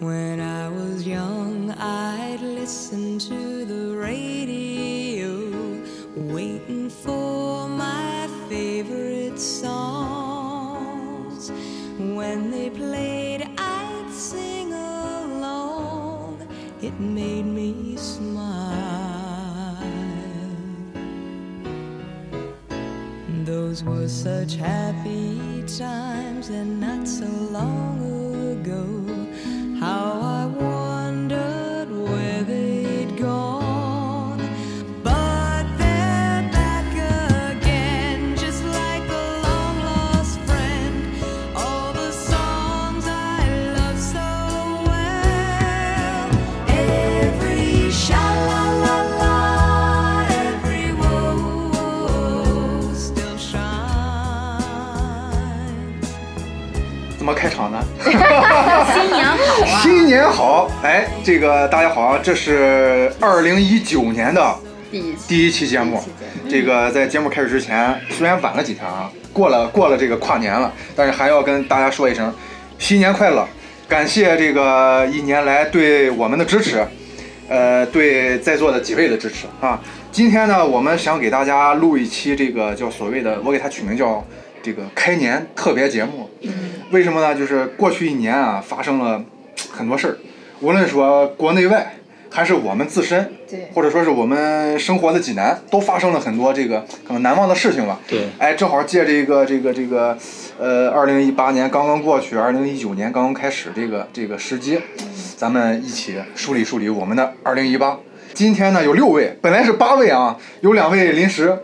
When I was young, I'd listen to the radio, waiting for my favorite songs. When they played, I'd sing along. It made me smile. Those were such happy times and not so long ago. How I wondered where they'd gone. But they're back again, just like a long lost friend. All the songs I love so well. Every sha la la la, every woe woe still shines. 怎么开场呢？ 新年好啊！新年好！哎，这个大家好啊，这是二零一九年的第一期第一期节目第一期节。这个在节目开始之前，虽然晚了几天啊，过了过了这个跨年了，但是还要跟大家说一声，新年快乐！感谢这个一年来对我们的支持，呃，对在座的几位的支持啊。今天呢，我们想给大家录一期这个叫所谓的，我给它取名叫这个开年特别节目。为什么呢？就是过去一年啊，发生了很多事儿，无论说国内外，还是我们自身，对或者说是我们生活的济南，都发生了很多这个可能难忘的事情吧。对哎，正好借这个这个这个，呃，二零一八年刚刚过去，二零一九年刚刚开始这个这个时机，咱们一起梳理梳理我们的二零一八。今天呢有六位，本来是八位啊，有两位临时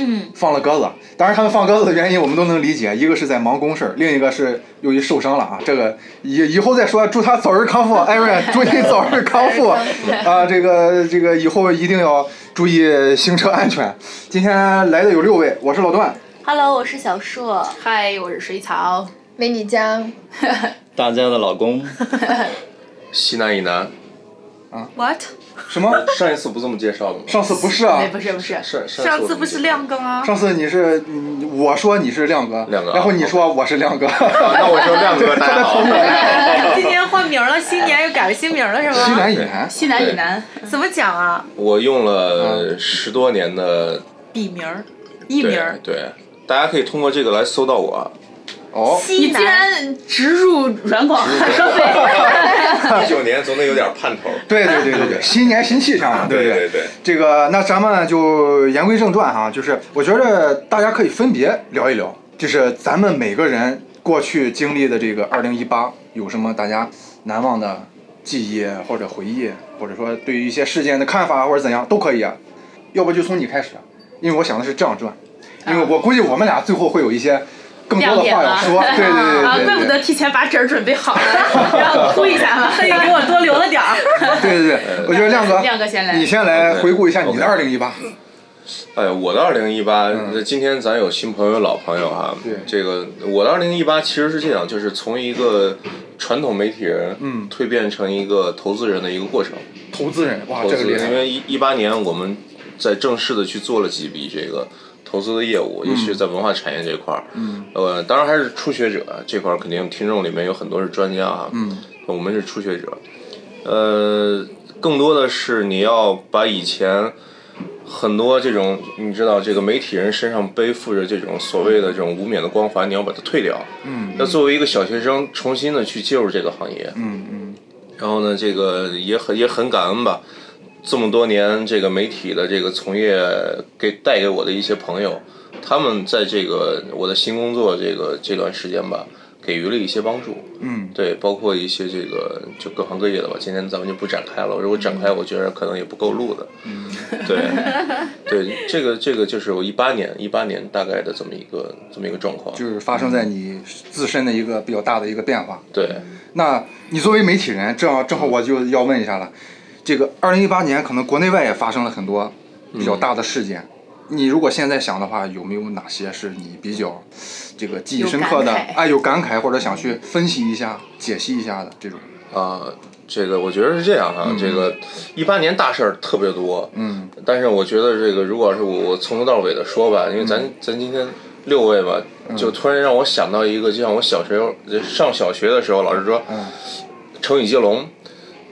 嗯，放了鸽子。当然，他们放鸽子的原因我们都能理解，一个是在忙公事儿，另一个是由于受伤了啊。这个以以后再说，祝他早日康复，艾瑞，祝你早日康复啊！这个这个以后一定要注意行车安全。今天来的有六位，我是老段， Hello，我是小硕。嗨，我是水草。美女江，大家的老公，西南以南， What？什么？上一次不这么介绍的吗？上次不是啊哎，？不是不是，上上上我次怎么不介是绍亮啊 哥吗？上次你是你我说你是亮哥，亮哥啊然后你说我是亮 哥，啊那我说亮哥，大家好。 今年换名了，新年又改了新名了是西吗？南以南，西南以南，怎么讲啊？我用了十多年的笔名儿、嗯艺名对儿，对，大家可以通过这个来搜到 我。哦，西你居南然植入软广 收费，一九年总得有点盼头。对对对对对，新年新气象嘛，不对对对，这个，那咱们就言归正传哈，就是我觉得大家可以分别聊一聊，就是咱们每个人过去经历的这个二零一八有什么大家难忘的记忆或者回忆，或者说对于一些事件的看法或者怎样都可以啊。要不就从你开始，因为我想的是这样转，因为我估计我们俩最后会有一些更多的话要说，对对对啊，对怪不对得提前把纸儿准备好 了，让我哭一 下吧。特意给我多留了点儿。，对对对，我觉得亮哥， 亮哥先来你先来 OK，回顾一下你的二 OK 零一八，哎，我的二零一八，今天咱有新朋友、老朋友哈。对这个我的二零一八其实是这样，就是从一个传统媒体人，嗯蜕变成一个投资人的一个过程。投资人，哇，投这资，个厉害因，为一一八年我们在正式的去做了几笔这个投资的业务，尤其嗯是在文化产业这一块儿。嗯。呃，当然还是初学者这块儿，肯定听众里面有很多是专家啊。嗯。我们是初学者，呃，更多的是你要把以前。很多这种，你知道，这个媒体人身上背负着这种所谓的这种无冕的光环，你要把它退掉。嗯，要作为一个小学生，重新的去介入这个行业。嗯嗯。然后呢，这个也很也很感恩吧，这么多年这个媒体的这个从业给带给我的一些朋友，他们在这个我的新工作这个这段时间吧，给予了一些帮助。嗯，对，包括一些这个就各行各业的吧，今天咱们就不展开了。如果展开，我觉得可能也不够录的。嗯，对，对，这个这个就是我一八年一八年大概的这么一个这么一个状况。就是发生在你自身的一个比较大的一个变化。对，那你作为媒体人，正好正好我就要问一下了，这个二零一八年可能国内外也发生了很多比较大的事件，你如果现在想的话，有没有哪些是你比较这个记忆深刻的，有感慨哎，有感慨或者想去分析一下、解析一下的这种？啊，这个我觉得是这样哈、这个一八年大事儿特别多，嗯，但是我觉得这个如果是我我从头到尾的说吧，因为咱、嗯咱今天六位吧，就突然让我想到一个，就像我小时候上小学的时候，老师说，嗯成语接龙。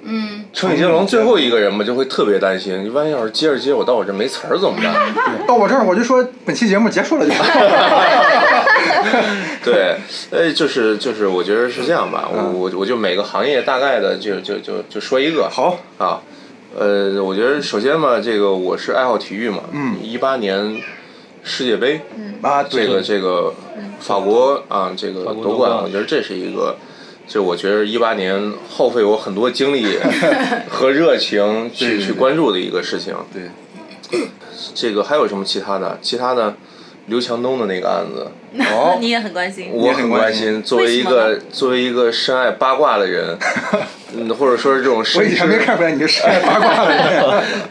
嗯，成语接龙最后一个人嘛，就会特别担心，你万一要是接着接，我到我这没词儿怎么办？到我这儿我就说本期节目结束了就 好。 对，呃，就是就是，我觉得是这样吧，我嗯我我就每个行业大概的就就就就说一个。好，啊，呃，我觉得首先嘛，这个我是爱好体育嘛，嗯一八年世界杯，啊，这对嗯个这个法国啊，这个国夺夺冠，冠我觉得这是一个。就我觉得一八年耗费我很多精 力和热情对去对去对关注的一个事情。对，这个还有什么其他的？其他的，刘强东的那个案子，哦你也很关心。我很很关关心心。作为一为个作为一个深爱八卦 的人，嗯，或者说是这种我深以前知没看出来你 是爱八卦的人。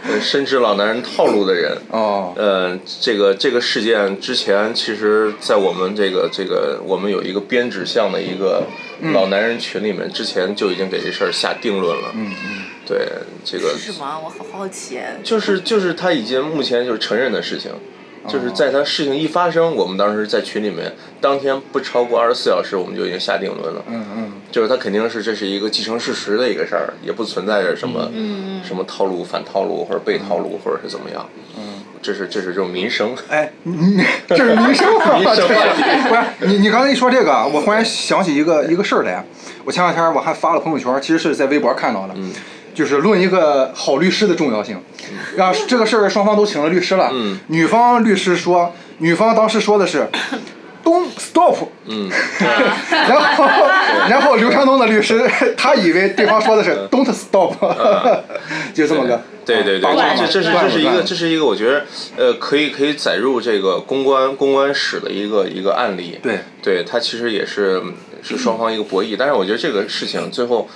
呃深知老男人套路的人，哦，呃，这个这个事件之前，其实，在我们这个这个我们有一个编指向的一个老男人群里面，之前就已经给这事儿下定论了。嗯嗯，对，这个是什么？我好好奇。就是就是他已经目前就是承认的事情，就是在他事情一发生，我们当时在群里面当天不超过二十四小时，我们就已经下定论了。嗯嗯，就是他肯定是这是一个既成事实的一个事儿，也不存在着什么、什么套路、反套路或者被套路或者是怎么样。嗯，这是这是这种民生。哎， 你这是民生啊，民生对不是你你刚才一说这个啊，我忽然想起一个一个事儿来。啊我前两天我还发了朋友圈，其实是在微博看到的，嗯就是论一个好律师的重要性。啊，这个事儿双方都请了律师了，嗯女方律师说，女方当时说的是，Don't stop，嗯， 然后，然后刘强东的律师，他以为对方说的是 “Don't stop”，就 这么个。嗯对对八对，卦嘛这啊这是八卦这是一八卦个这是一个，我觉得呃，可以可以载入这个公关公关史的一个一个案例。对，对，它其实也是是双方一个博弈，但是我觉得这个事情最后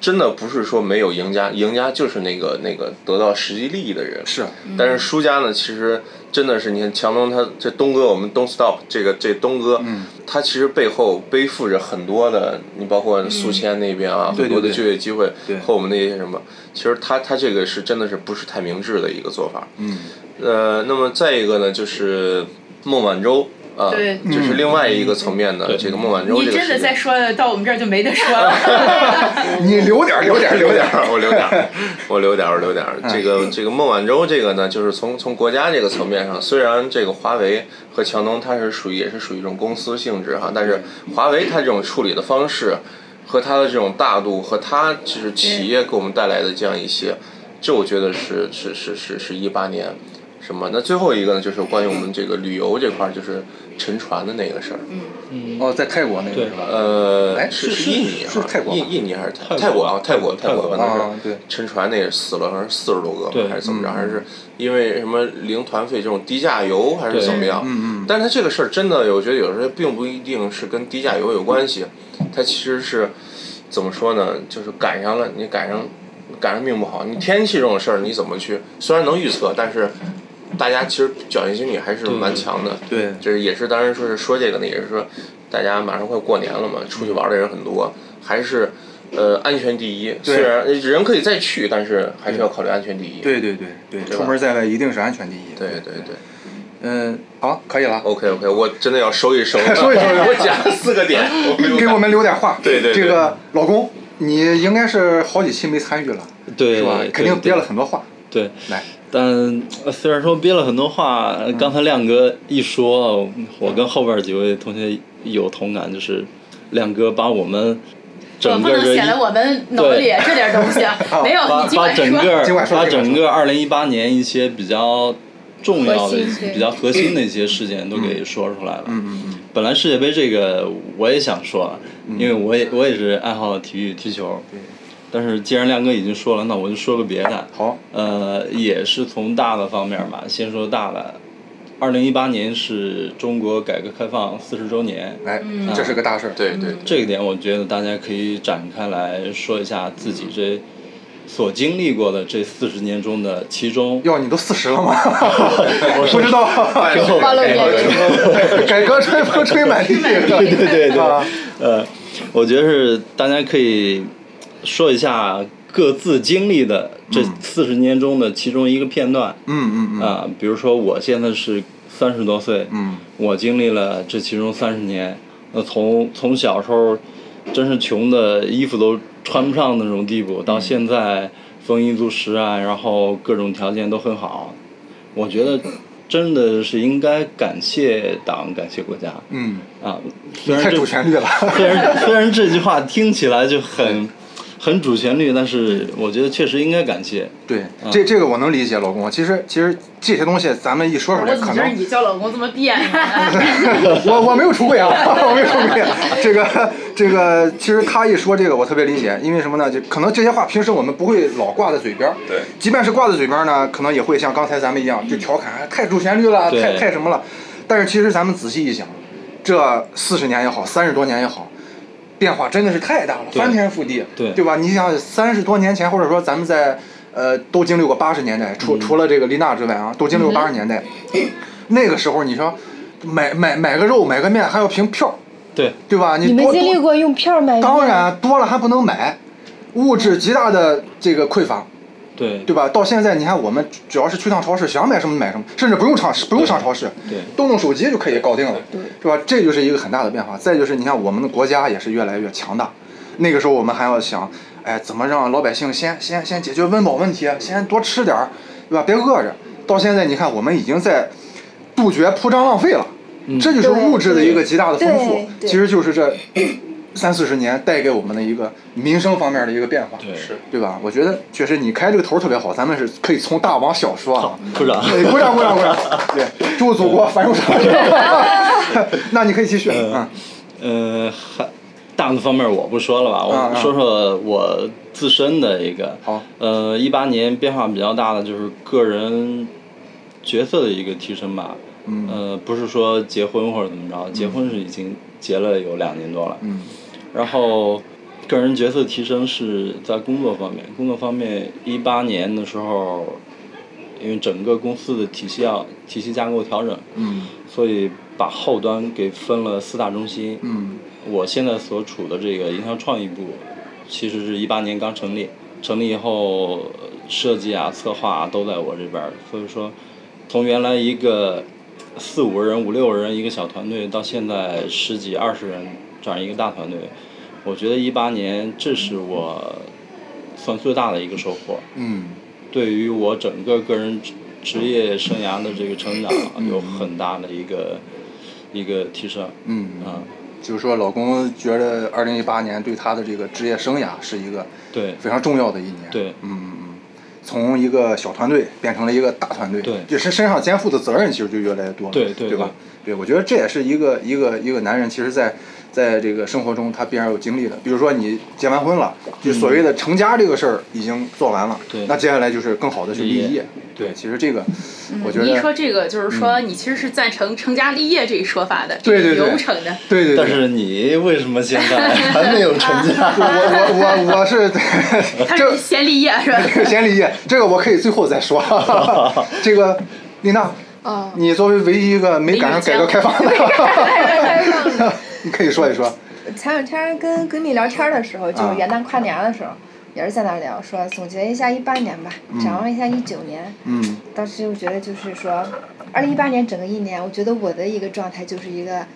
真的不是说没有赢家，赢家就是那个那个得到实际利益的人。是，但是输家呢，其实真的是你看强东他这东哥，我们 Don't Stop 这个这东哥，嗯他其实背后背负着很多的，你包括宿迁那边啊，嗯对很多的对就业机会对和我们那些什么，其实他他这个是真的是不是太明智的一个做法。嗯，呃，那么再一个呢，就是孟晚舟啊，对就是另外一个层面的这个孟晚舟你这个真的事再情。说到我们这儿就没得说了。你留点儿，留点儿，留点儿。儿，我留点儿，我留点儿，我留点儿。这个这个孟晚舟这个呢，就是从从国家这个层面上，虽然这个华为和强东它是属于也是属于一种公司性质哈，但是华为它这种处理的方式和它的这种大度和它就是企业给我们带来的这样一些，这我觉得是是是是是一八年。什么？那最后一个呢，就是关于我们这个旅游这块儿，就是沉船的那个事儿。哦，在泰国那个对是吧？哎呃，是是印尼啊，是泰国吧印印尼还是泰国泰国啊？泰国泰泰国国可能啊是对沉船那个死了，好像是四十多个对吧还是怎么着？嗯还是因为什么零团费这种低价游还是对怎么样？嗯嗯但是它这个事儿真的，我觉得有时候并不一定是跟低价游有关系，它其实是怎么说呢？就是赶上了，你赶上赶上命不好，你天气这种事儿你怎么去？虽然能预测，但是大家其实侥幸心理还是蛮强的。对就是也是当然说是说这个呢，也是说大家马上快过年了嘛，出去玩的人很多，还是呃安全第一。对虽然呃人可以再去，但是还是要考虑安全第一。对对对对，对吧出门在外一定是安全第一。对对对嗯，好，可以了。 ，OK OK，我真的要收一收， 收一收我讲四个点，我没有给我们留点话。对对对这个老公，你应该是好几期没参与了，对，是吧对？肯定憋了。很多话。对，来，但呃虽然说憋了很多话，呃刚才亮哥一说，我跟后边几位同学有同感，就是亮哥把我们我整不个能这显得我们脑里这点东 西啊，没有哦把你尽把管整个说。尽管说把尽管整个二零一八年一些比较重要核的心一些、比较核心的一些事件都给说出来了。嗯嗯本来世界杯这个我也想说，啊因为我也我也是爱好体育踢球。但是既然亮哥已经说了，那我就说个别的。好。呃，也是从大的方面吧，先说大的。二零一八年是中国改革开放四十周年，嗯，哎，这是个大事儿。对对对这一点我觉得大家可以展开来说一下自己这所经历过的这四十年中的其中。哟，你都四十了 吗？不知 道。 暴露年龄，改革春风吹满地，对对对对啊，呃，我觉得是大家可以说一下各自经历的这四十年中的其中一个片段。嗯嗯嗯啊、比如说我现在是三十多岁，嗯我经历了这其中三十年。那从从小时候真是穷的衣服都穿不上那种地步，嗯到现在丰衣足食啊，然后各种条件都很好，我觉得真的是应该感谢党，感谢国家嗯，啊。虽然太这嗯主旋律了，虽然虽然这句话听起来就很很主旋律，但是我觉得确实应该感谢。 对，这这个我能理解，老公。其实其实这些东西咱们一说出我来，怎么可觉得能你叫老公这么别扭啊呢？ 我我没有出轨啊，我没有出轨、这个这个，其实他一说这个，我特别理解，因为什么呢？就可能这些话平时我们不会老挂在嘴边儿对即便是挂在嘴边儿呢，可能也会像刚才咱们一样，就调侃哎太主旋律了，对太太什么了。但是其实咱们仔细一想，这四十年也好，三十多年也好，变化真的是太大了，对翻天覆地，对对吧？你想三十多年前，或者说咱们在呃都经历过八十年代，嗯除、除了这个丽娜之外啊，都经历过八十年代。那个时候你说买买买个肉买个面还要凭票，对，对吧？你你们多经历多过用票买面？当然啊多了还不能买，物质极大的这个匮乏，对，对吧？到现在你看我们只要是去趟超市，想买什么买什么，甚至不用上不用上超市，对动动手机就可以搞定了，是吧？这就是一个很大的变化。再就是你看我们的国家也是越来越强大，那个时候我们还要想，哎，怎么让老百姓先先先解决温饱问题，啊先多吃点儿，对吧？别饿着。到现在你看我们已经在杜绝铺张浪费了，嗯这就是对物质的一个极大的丰对富，对其实就是这三四十年带给我们的一个民生方面的一个变化，对是对吧？我觉得确实你开这个头儿特别好，咱们是可以从大往小说啊。鼓掌。对，鼓掌鼓掌鼓 掌！对，祝祖国繁荣昌盛。 那你可以继续，嗯嗯，呃，还大的方面我不说了吧，嗯我嗯说说我自身的一个。好呃，一八年变化比较大的就是个人角色的一个提升吧。嗯呃，不是说结婚或者怎么着，结婚是已经结了有两年多了。嗯。然后，个人角色提升是在工作方面。工作方面，一八年的时候，因为整个公司的体系要体系架构调整，嗯所以把后端给分了四大中心。嗯我现在所处的这个营销创意部，其实是一八年刚成立，成立以后呃设计啊、策划啊都在我这边儿，所以说从原来一个四五个人、五六个人一个小团队，到现在十几二十人这样一个大团队，我觉得一八年这是我算最大的一个收获，嗯对于我整个个人职职业生涯的这个成长有很大的一个一个提升。嗯，啊，就是说，老公觉得二零一八年对他的这个职业生涯是一个对非常重要的一年。对嗯嗯嗯，从一个小团队变成了一个大团队，对就是身上肩负的责任其实就越来越多了，对对对吧？对，我觉得这也是一个一个一个男人，其实在在这个生活中他必然有经历的。比如说你结完婚了，就所谓的成家这个事儿已经做完了，嗯对那接下来就是更好的去立立业业。对，其实这个我觉得，嗯嗯你一说这个，就是说你其实是赞成成家立业这一说法的，这对对是对流程的。对对对，但是你为什么现 在还没有成家？我我我我是 他这是先立业 是吧？先理解，这个我可以最后再说。这个丽娜，哦，你作为唯一一个嗯没赶上改革开放 的，你可以说一说。前两天跟闺蜜聊天的时候，就啊是元旦跨年的时候，也是在那聊，说总结一下一八年吧，展望一下一九年。嗯当时我觉得就是说，二零一八年整个一年，我觉得我的一个状态就是一个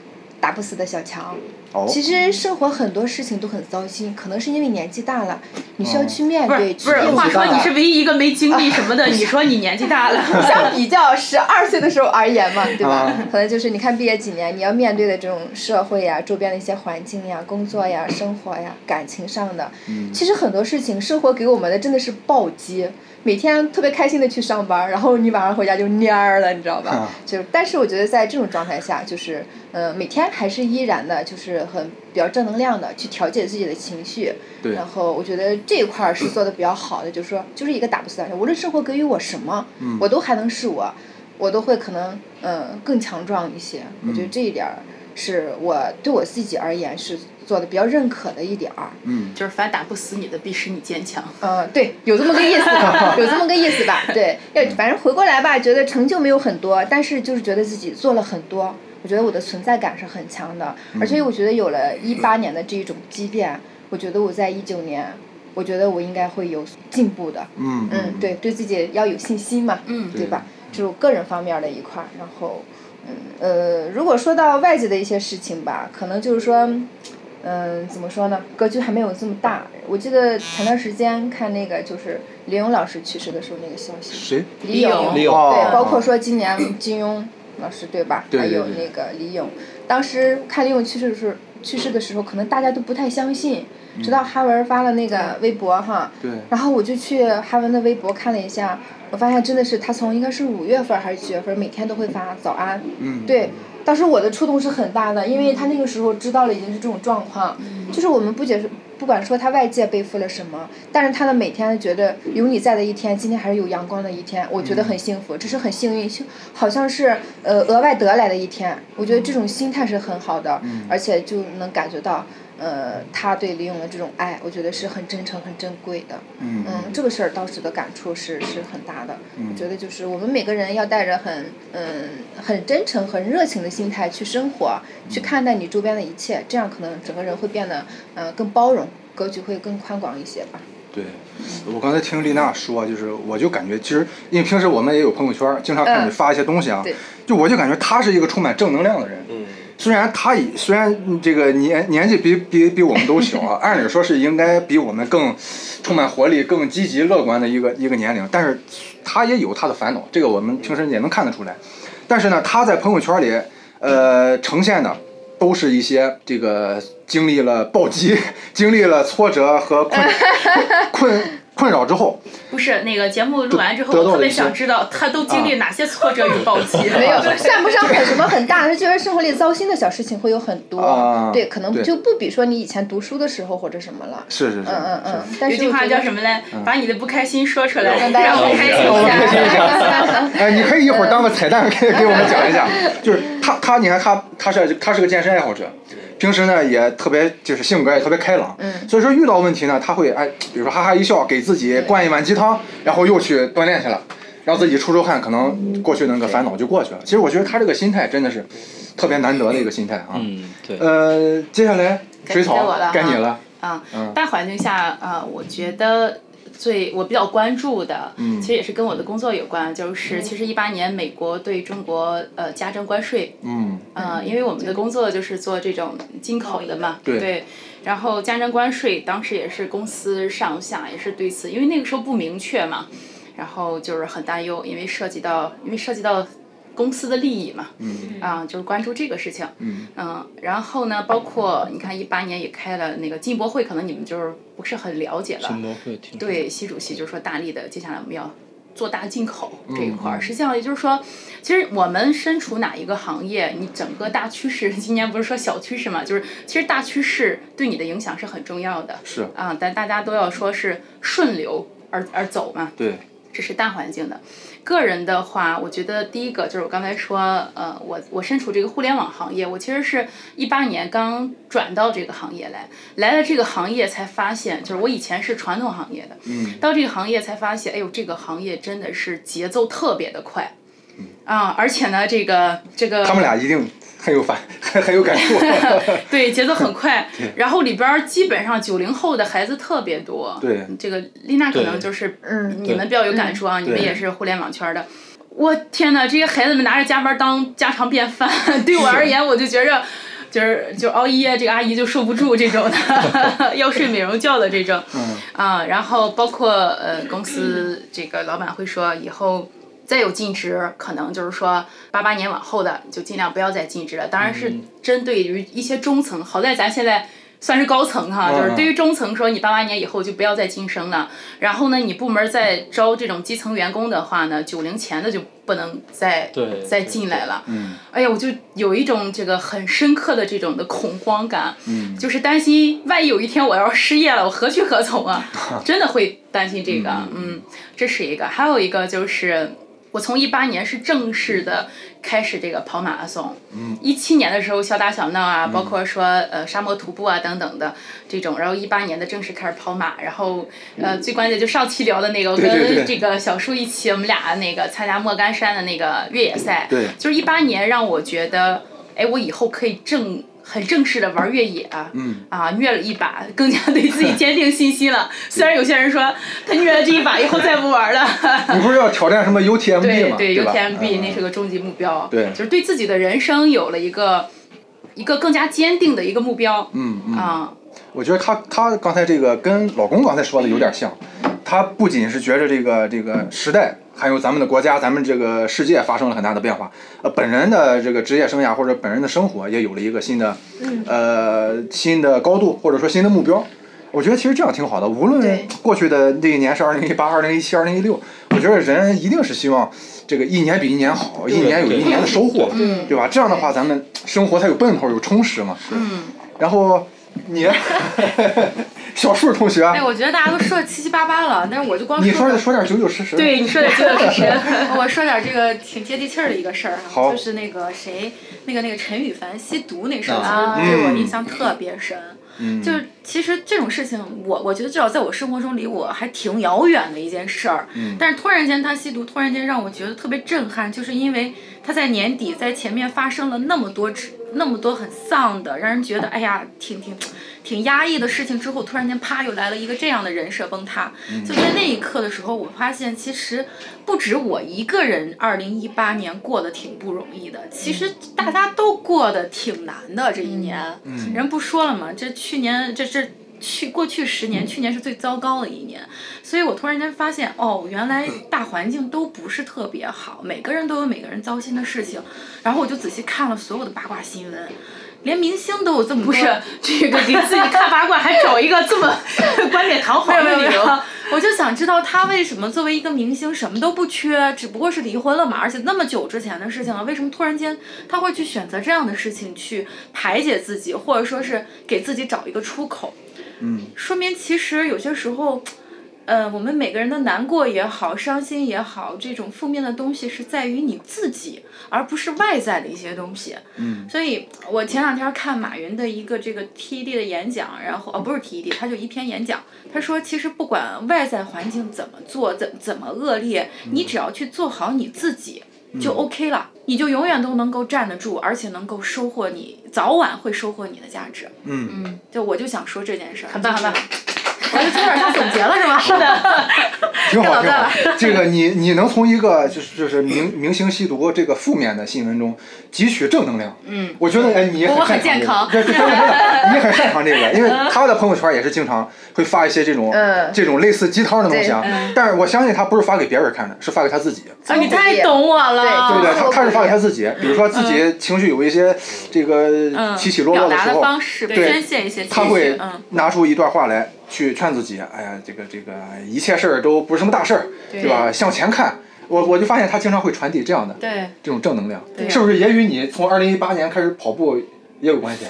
打不死的小强。哦，其实生活很多事情都很糟心，可能是因为年纪大了，你需要哦去面不是对，不去是，应话付说它你是唯一一个没经历什 么的，你说你年纪大了，相比较十二岁的时候而言嘛，对吧？啊可能就是你看毕业几年，你要面对的这种社会呀、周边的一些环境呀、工作呀、生活呀、感情上的，其实很多事情，生活给我们的真的是暴击。每天特别开心的去上班，然后你晚上回家就蔫儿了，你知道吧？啊就但是我觉得在这种状态下，就是呃每天还是依然的，就是很比较正能量的去调节自己的情绪，对然后我觉得这一块儿是做的比较好的，就是说，就是一个打不死的人，无论生活给予我什么，我都还能是我，我都会可能嗯、呃更强壮一些。我觉得这一点儿是我对我自己而言是做的比较认可的一点儿。嗯 就是凡打不死你的，必使你坚强。嗯，对，有这么个意思，有这么个意思吧？对，要反正回过来吧，觉得成就没有很多，但是就是觉得自己做了很多，我觉得我的存在感是很强的，而且我觉得有了一八年的这一种积淀，我觉得我在一九年，我觉得我应该会有进步的。嗯嗯，对，对自己要有信心嘛，嗯对吧？这种个人方面的一块儿，然后，嗯呃，如果说到外界的一些事情吧，可能就是说，嗯、嗯，怎么说呢？格局还没有这么大。我记得前段时间看那个就是李咏老师去世的时候那个消息，谁？李咏，李咏哦对，包括说今年金庸老师对吧？对对对还有那个李咏，当时看李咏去世的时候，去世的时候可能大家都不太相信，直到哈文发了那个微博哈，嗯对然后我就去哈文的微博看了一下，我发现真的是他从应该是五月份还是几月份，每天都会发早安，嗯，对，当时我的触动是很大的，因为他那个时候知道了已经是这种状况，就是我们不解释，不管说他外界背负了什么，但是他的每天觉得有你在的一天，今天还是有阳光的一天，我觉嗯得很幸福，这是很幸运，幸好像是呃额外得来的一天，我觉得这种心态是很好的，而且就能感觉到。呃，他对李咏的这种爱，我觉得是很真诚、很珍贵的。嗯嗯，这个事儿当时的感触是是很大的。我觉得就是我们每个人要带着很嗯很真诚、很热情的心态去生活，去看待你周边的一切，这样可能整个人会变得呃更包容，格局会更宽广一些吧。对，我刚才听丽娜说，就是我就感觉，其实因为平时我们也有朋友圈，经常看你嗯发一些东西啊，对就我就感觉她是一个充满正能量的人。嗯，虽然她也虽然这个年年纪比比比我们都小 啊，按理说是应该比我们更充满活力、更积极乐观的一个一个年龄，但是她也有她的烦恼，这个我们平时也能看得出来。但是呢，她在朋友圈里，呃，呈现的都是一些这个经历了暴击、 经历了挫折和困 困困扰之后，不是那个节目录完之后，得得到我了特别一些啊想知道他都经历哪些挫折与 暴击。 没有，算不上很什么很大的，是就是生活里糟心的小事情会有很多。啊对，可能对就不比说你以前读书的时候或者什么了。是是是，嗯嗯嗯。但有是句我话觉得叫什么来？把你的不开心说出来，让大家让我开开心心让我们开心一一下。下。哎，你可以一会儿当个彩蛋 给给我们讲一下，就是他他你看他他是他是个健身爱好者，平时呢也特别就是性格也特别开朗，嗯所以说遇到问题呢他会哎，比如说哈哈一笑，给自己灌一碗鸡汤，然后又去锻炼去了，让自己出出汗，可能过去那个烦恼就过去了。其实我觉得他这个心态真的是特别难得的一个心态啊。嗯，对，呃，接下来水该我草了啊该你了，啊嗯，大环境下，呃，我觉得最我比较关注的，嗯其实也是跟我的工作有关，就是其实一八年美国对中国呃加征关税，嗯呃，因为我们的工作就是做这种进口的嘛，对然后加征关税，当时也是公司上下也是对此，因为那个时候不明确嘛，然后就是很担忧，因为涉及到因为涉及到公司的利益嘛，嗯啊、就是关注这个事情，嗯嗯，然后呢，包括你看一八年也开了那个进博会，可能你们就是不是很了解了进。博会挺对，习主席就说大力的，接下来我们要做大进口这一块儿。实际上也就是说，其实我们身处哪一个行业，你整个大趋势， 今年不是说小趋势嘛，就是其实大趋势对你的影响是很重要的。是啊、但大家都要说是顺流而而走嘛。对，这是大环境的。个人的话，我觉得第一个就是我刚才说，呃，我我身处这个互联网行业，我其实是一八年刚转到这个行业来，来了这个行业才发现，就是我以前是传统行业的，嗯到这个行业才发现，哎呦，这个行业真的是节奏特别的快，啊，而且呢，这个这嗯个他们俩一定很有反很 很有感 触，对，节奏很快。然后里边儿基本上九零后的孩子特别多。嗯对这个丽娜可对能就是，嗯你们比较有感触啊，你们对也是互联网圈儿的。我天呐，这些孩子们拿着加班当家常便饭， 对我而言，我就觉着。就是就熬夜，这个阿姨就受不住这种的， 要睡美容觉的这种，啊，然后包括呃公司这个老板会说以后再有尽职，可能就是说八八年往后的就尽量不要再尽职了。当然是针对于一些中层，好在咱现在算是高层哈，嗯就是对于中层说你八八年以后就不要再晋升了。然后呢，你部门再招这种基层员工的话呢，九零前的就不能再对再对进对来了。嗯哎呀，我就有一种这个很深刻的这种的恐慌感，嗯就是担心万一有一天我要失业了，我何去何 从啊？真的会担心这个，嗯，这是一个。还有一个就是，我从一八年是正式的开始这个跑马拉松，嗯一七年的时候小打小闹啊，包括说呃沙漠徒步啊等等的这种，然后一八年的正式开始跑马，然后呃最关键就上期聊的那个，我嗯对对对跟这个小叔一起，我们俩那个参加莫干山的那个越野赛，对就是一八年让我觉得，哎，我以后可以正很正式的玩越野，嗯啊，虐了一把，更加对自己坚定信心 了。虽然有些人说他虐了这一把以后再不玩了， 你不是要挑战什么 UTMB 对吗？对吧，UTMB 嗯那是个终极目标，对就是对自己的人生有了一个一个更加坚定的一个目标。嗯嗯啊，我觉得她她刚才这个跟老公刚才说的有点像，她不仅是觉着这个这个时代，还有咱们的国家、咱们这个世界发生了很大的变化，呃，本人的这个职业生涯或者本人的生活也有了一个新的，呃，新的高度或者说新的目标。我觉得其实这样挺好的，无论对过去的那一年是二零一八、二零一七、二零一六，我觉得人一定是希望这个一年比一年好，一年有一年的收获，嗯对吧？这样的话，咱们生活才有奔头，有充实嘛。嗯，然后你 小树同学，啊哎，我觉得大家都说的七七八八了，但是我就 光你说说 的说点九九实实。，对，你说的这个是我说点这个挺接地气儿的一个事儿好哈，就是那个谁，那个那个陈羽凡吸毒那事儿，啊其实对我嗯印象特别深。嗯，就是其实这种事情，我我觉得至少在我生活中离我还挺遥远的一件事儿。嗯但是突然间他吸毒，突然间让我觉得特别震撼，就是因为他在年底在前面发生了那么多只那么多很丧的，让人觉得哎呀挺挺挺压抑的事情之后，突然间啪又来了一个这样的人设崩塌。就在那一刻的时候，我发现其实不止我一个人，二零一八年过得挺不容易的，其实大家都过得挺难的这一年。嗯人不说了嘛，这去年这这去过去十年，去年是最糟糕的一年，所以我突然间发现，哦，原来大环境都不是特别好，每个人都有每个人糟心的事情，然后我就仔细看了所有的八卦新闻。连明星都有这么多不是这个给自己看八卦还找一个这么 冠冕堂皇没有的没理有没由？有，我就想知道他为什么作为一个明星什么都不缺，只不过是离婚了嘛，而且那么久之前的事情了，为什么突然间他会去选择这样的事情去排解自己，或者说是给自己找一个出口？嗯，说明其实有些时候，呃，我们每个人的难过也好，伤心也好，这种负面的东西是在于你自己，而不是外在的一些东西。嗯，所以我前两天看马云的一个这个 TED 的演讲，然后哦不是 TED，他就一篇演讲，他说其实不管外在环境怎么做，怎怎么恶劣，你只要去做好你自己。就 OK 了，你就永远都能够站得住，而且能够收获你，早晚会收获你的价值。嗯，就我就想说这件事儿。很棒很棒， 我就有点像总结了是吧？啊是 的。挺好老挺大好了。这个你你能从一个就是就是明明星吸毒这个负面的新闻中汲取正能量，嗯，我觉得哎你也我很很擅健长康嗯这个，对对对对你也很擅长这个，因为他的朋友圈也是经常会发一些这种嗯这种类似鸡汤的东西啊对，嗯但是我相信他不是发给别人看的，是发给他自己，啊，你太懂哦我了。对不对？自他我他是发鼓给励他自己，比如说自己情绪有一些这个嗯，起起落落表达时候，方式，对宣泄一些情绪。他会嗯，拿出一段话来去劝自己，哎呀，这个这个一切事儿都不是什么大事儿，对吧？向前看。我我就发现他经常会传递这样的对，这种正能量，对是不是也与你从二零一八年开始跑步也有关系？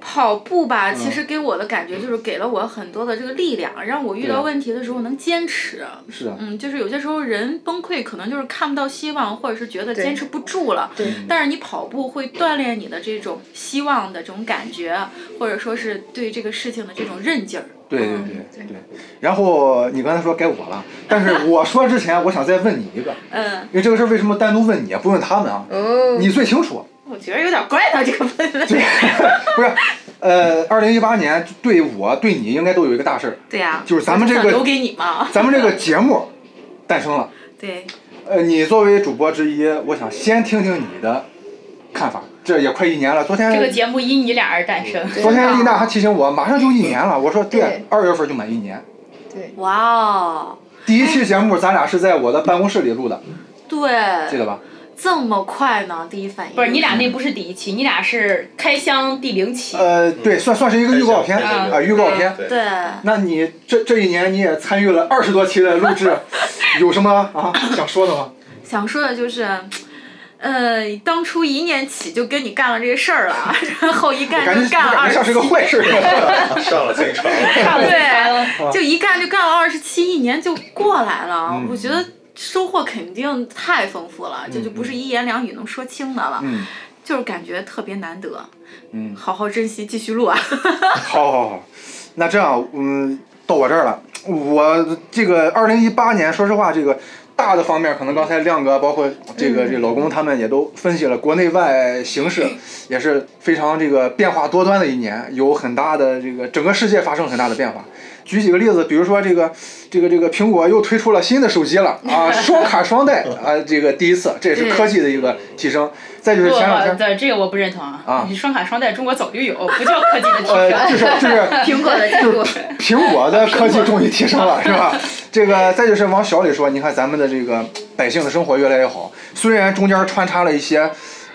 跑步吧，嗯其实给我的感觉就是给了我很多的这个力量，让我遇对到问题的时候能坚持。是的，嗯，就是有些时候人崩溃，可能就是看不到希望，或者是觉得坚持不住了。对嗯但是你跑步会锻炼你的这种希望的这种感觉，或者说是对这个事情的这种韧劲儿。对对对对。然后你刚才说该我了，但是我说之前，我想再问你一个，嗯，因为这个事儿为什么单独问你，不问他们啊？哦，你最清楚。我觉得有点怪他这个问题。对，不是，呃，二零一八年对我对你应该都有一个大事儿， 对啊 呀、就是咱们这个我想留给你嘛。咱们这个节目诞生了。对，呃，你作为主播之一，我想先听听你的看法。这也快一年了，昨天这个节目因你俩而诞生。昨天丽娜还提醒我，马上就一年了。我说对对，二月份就满一年。对，哇哦，第一期节目咱俩是在我的办公室里录的，记对，得吧？这么快呢？第一反应不是你俩那不是第一期，你俩是开箱第零期。呃，对，算算是一个预告片对啊嗯对、对预告片。对对，那你这这一年你也参与了二十多期的录 制，有什么啊想说的吗？想说的就是。呃，当初一年起就跟你干了这个事儿了，啊 然后一我干感就觉干我了感二觉十像是个坏事儿。上了贼船了。 对，就一干就干了二十七，一年就过来了。嗯我觉得收获肯定太丰富了，这就不是一言两语能说清的了，嗯就是感觉特别难得。嗯，好好珍惜，继续录啊！好好好，那这样，嗯，到我这儿了。我这个二零一八年，说实话，这个大的方面，可能刚才亮哥包括这个这老公他们也都分析了，国内外形势也是非常这个变化多端的一年，有很大的这个整个世界发生很大的变化。举几个例子，比如说这个这个这个苹果又推出了新的手机了啊，双卡双待啊，这个第一次，这也是科技的一个提升。再就是不，前两天，对呃这个我不认同啊！啊你双卡双待，中国早就有，不叫科技的提呃，升。就是就是苹果的进步，苹果的科技终于提升了，是吧？这个再就是往小里说，你看咱们的这个百姓的生活越来越好，虽然中间穿插了一些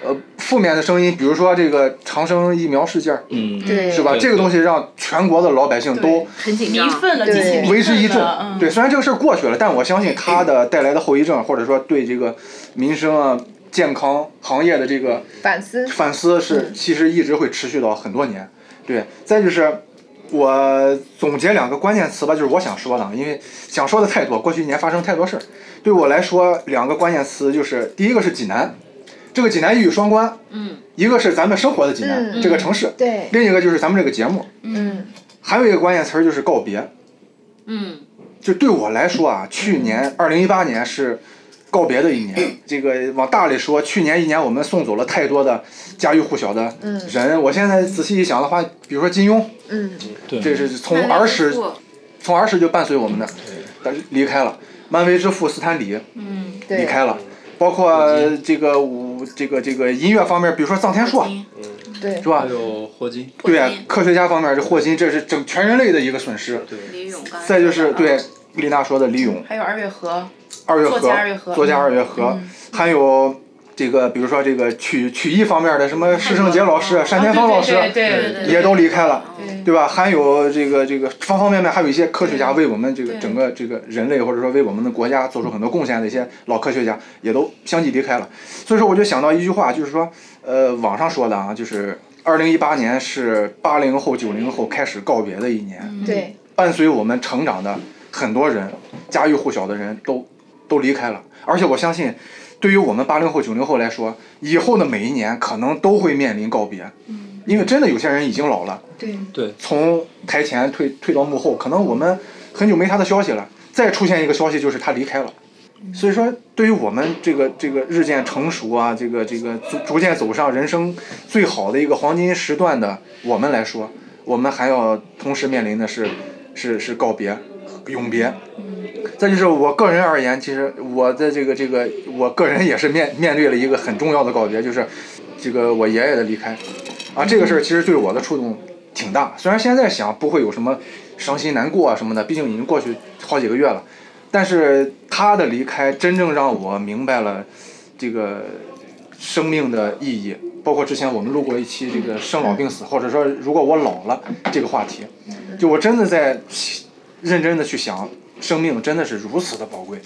呃负面的声音，比如说这个长生疫苗事件，嗯， 对，是吧？对这个东西让全国的老百姓都很 紧张民。愤了，对极其民为之一愤振了。。嗯，对，虽然这个事儿过去了，但我相信它的带来的后遗症，或者说对这个民生啊、健康行业的这个反思，反思是嗯其实一直会持续到很多年。对，再就是我总结两个关键词吧，就是我想说的，啊因为想说的太多，过去一年发生太多事儿。对我来说，两个关键词就是第一个是济南，这个济南一语双关，嗯，一个是咱们生活的济南、嗯这个城市，对，另一个就是咱们这个节目，嗯，还有一个关键词儿就是告别。嗯，就对我来说啊，去年二零一八年是告别的一年。这个往大里说，去年一年我们送走了太多的家喻户晓的嗯人。我现在仔细一想的话，比如说金庸，嗯，对，这是从儿时从儿时就伴随我们的，但是离开了。漫威之父斯坦李嗯，对，离开了，包括这个舞这个这个音乐方面，比如说臧天朔对是，吧还？有霍金，对啊霍金，科学家方面，这霍金这是整全人类的一个损失。李勇刚才再就是说的啊对丽娜说的李勇，还有二月河，二月河，作家二月嗯河作家二月河还有这个比如说这个曲曲艺方面的什么施圣杰老师、啊单田芳老师嗯啊对对对对对也都离开了。对对吧？还有这个这个方方面面，还有一些科学家为我们这个对整个这个人类或者说为我们的国家做出很多贡献的一些老科学家，也都相继离开了。所以说，我就想到一句话，就是说，呃，网上说的啊，就是二零一八年是八零后、九零后开始告别的一年，对，伴随我们成长的很多人，家喻户晓的人都都离开了。而且我相信，对于我们八零后、九零后来说，以后的每一年可能都会面临告别，因为真的有些人已经老了，对，从台前退退到幕后，可能我们很久没他的消息了。再出现一个消息就是他离开了，所以说对于我们这个这个日渐成熟啊，这个这个逐逐渐走上人生最好的一个黄金时段的我们来说，我们还要同时面临的是是是告别、永别。再就是我个人而言，其实我的这个这个，我个人也是面面对了一个很重要的告别，就是这个我爷爷的离开，啊，这个事儿其实对我的触动挺大。虽然现在想不会有什么伤心难过啊什么的，毕竟已经过去好几个月了，但是他的离开真正让我明白了这个生命的意义，包括之前我们录过一期这个生老病死，或者说如果我老了这个话题，就我真的在认真的去想，生命真的是如此的宝贵。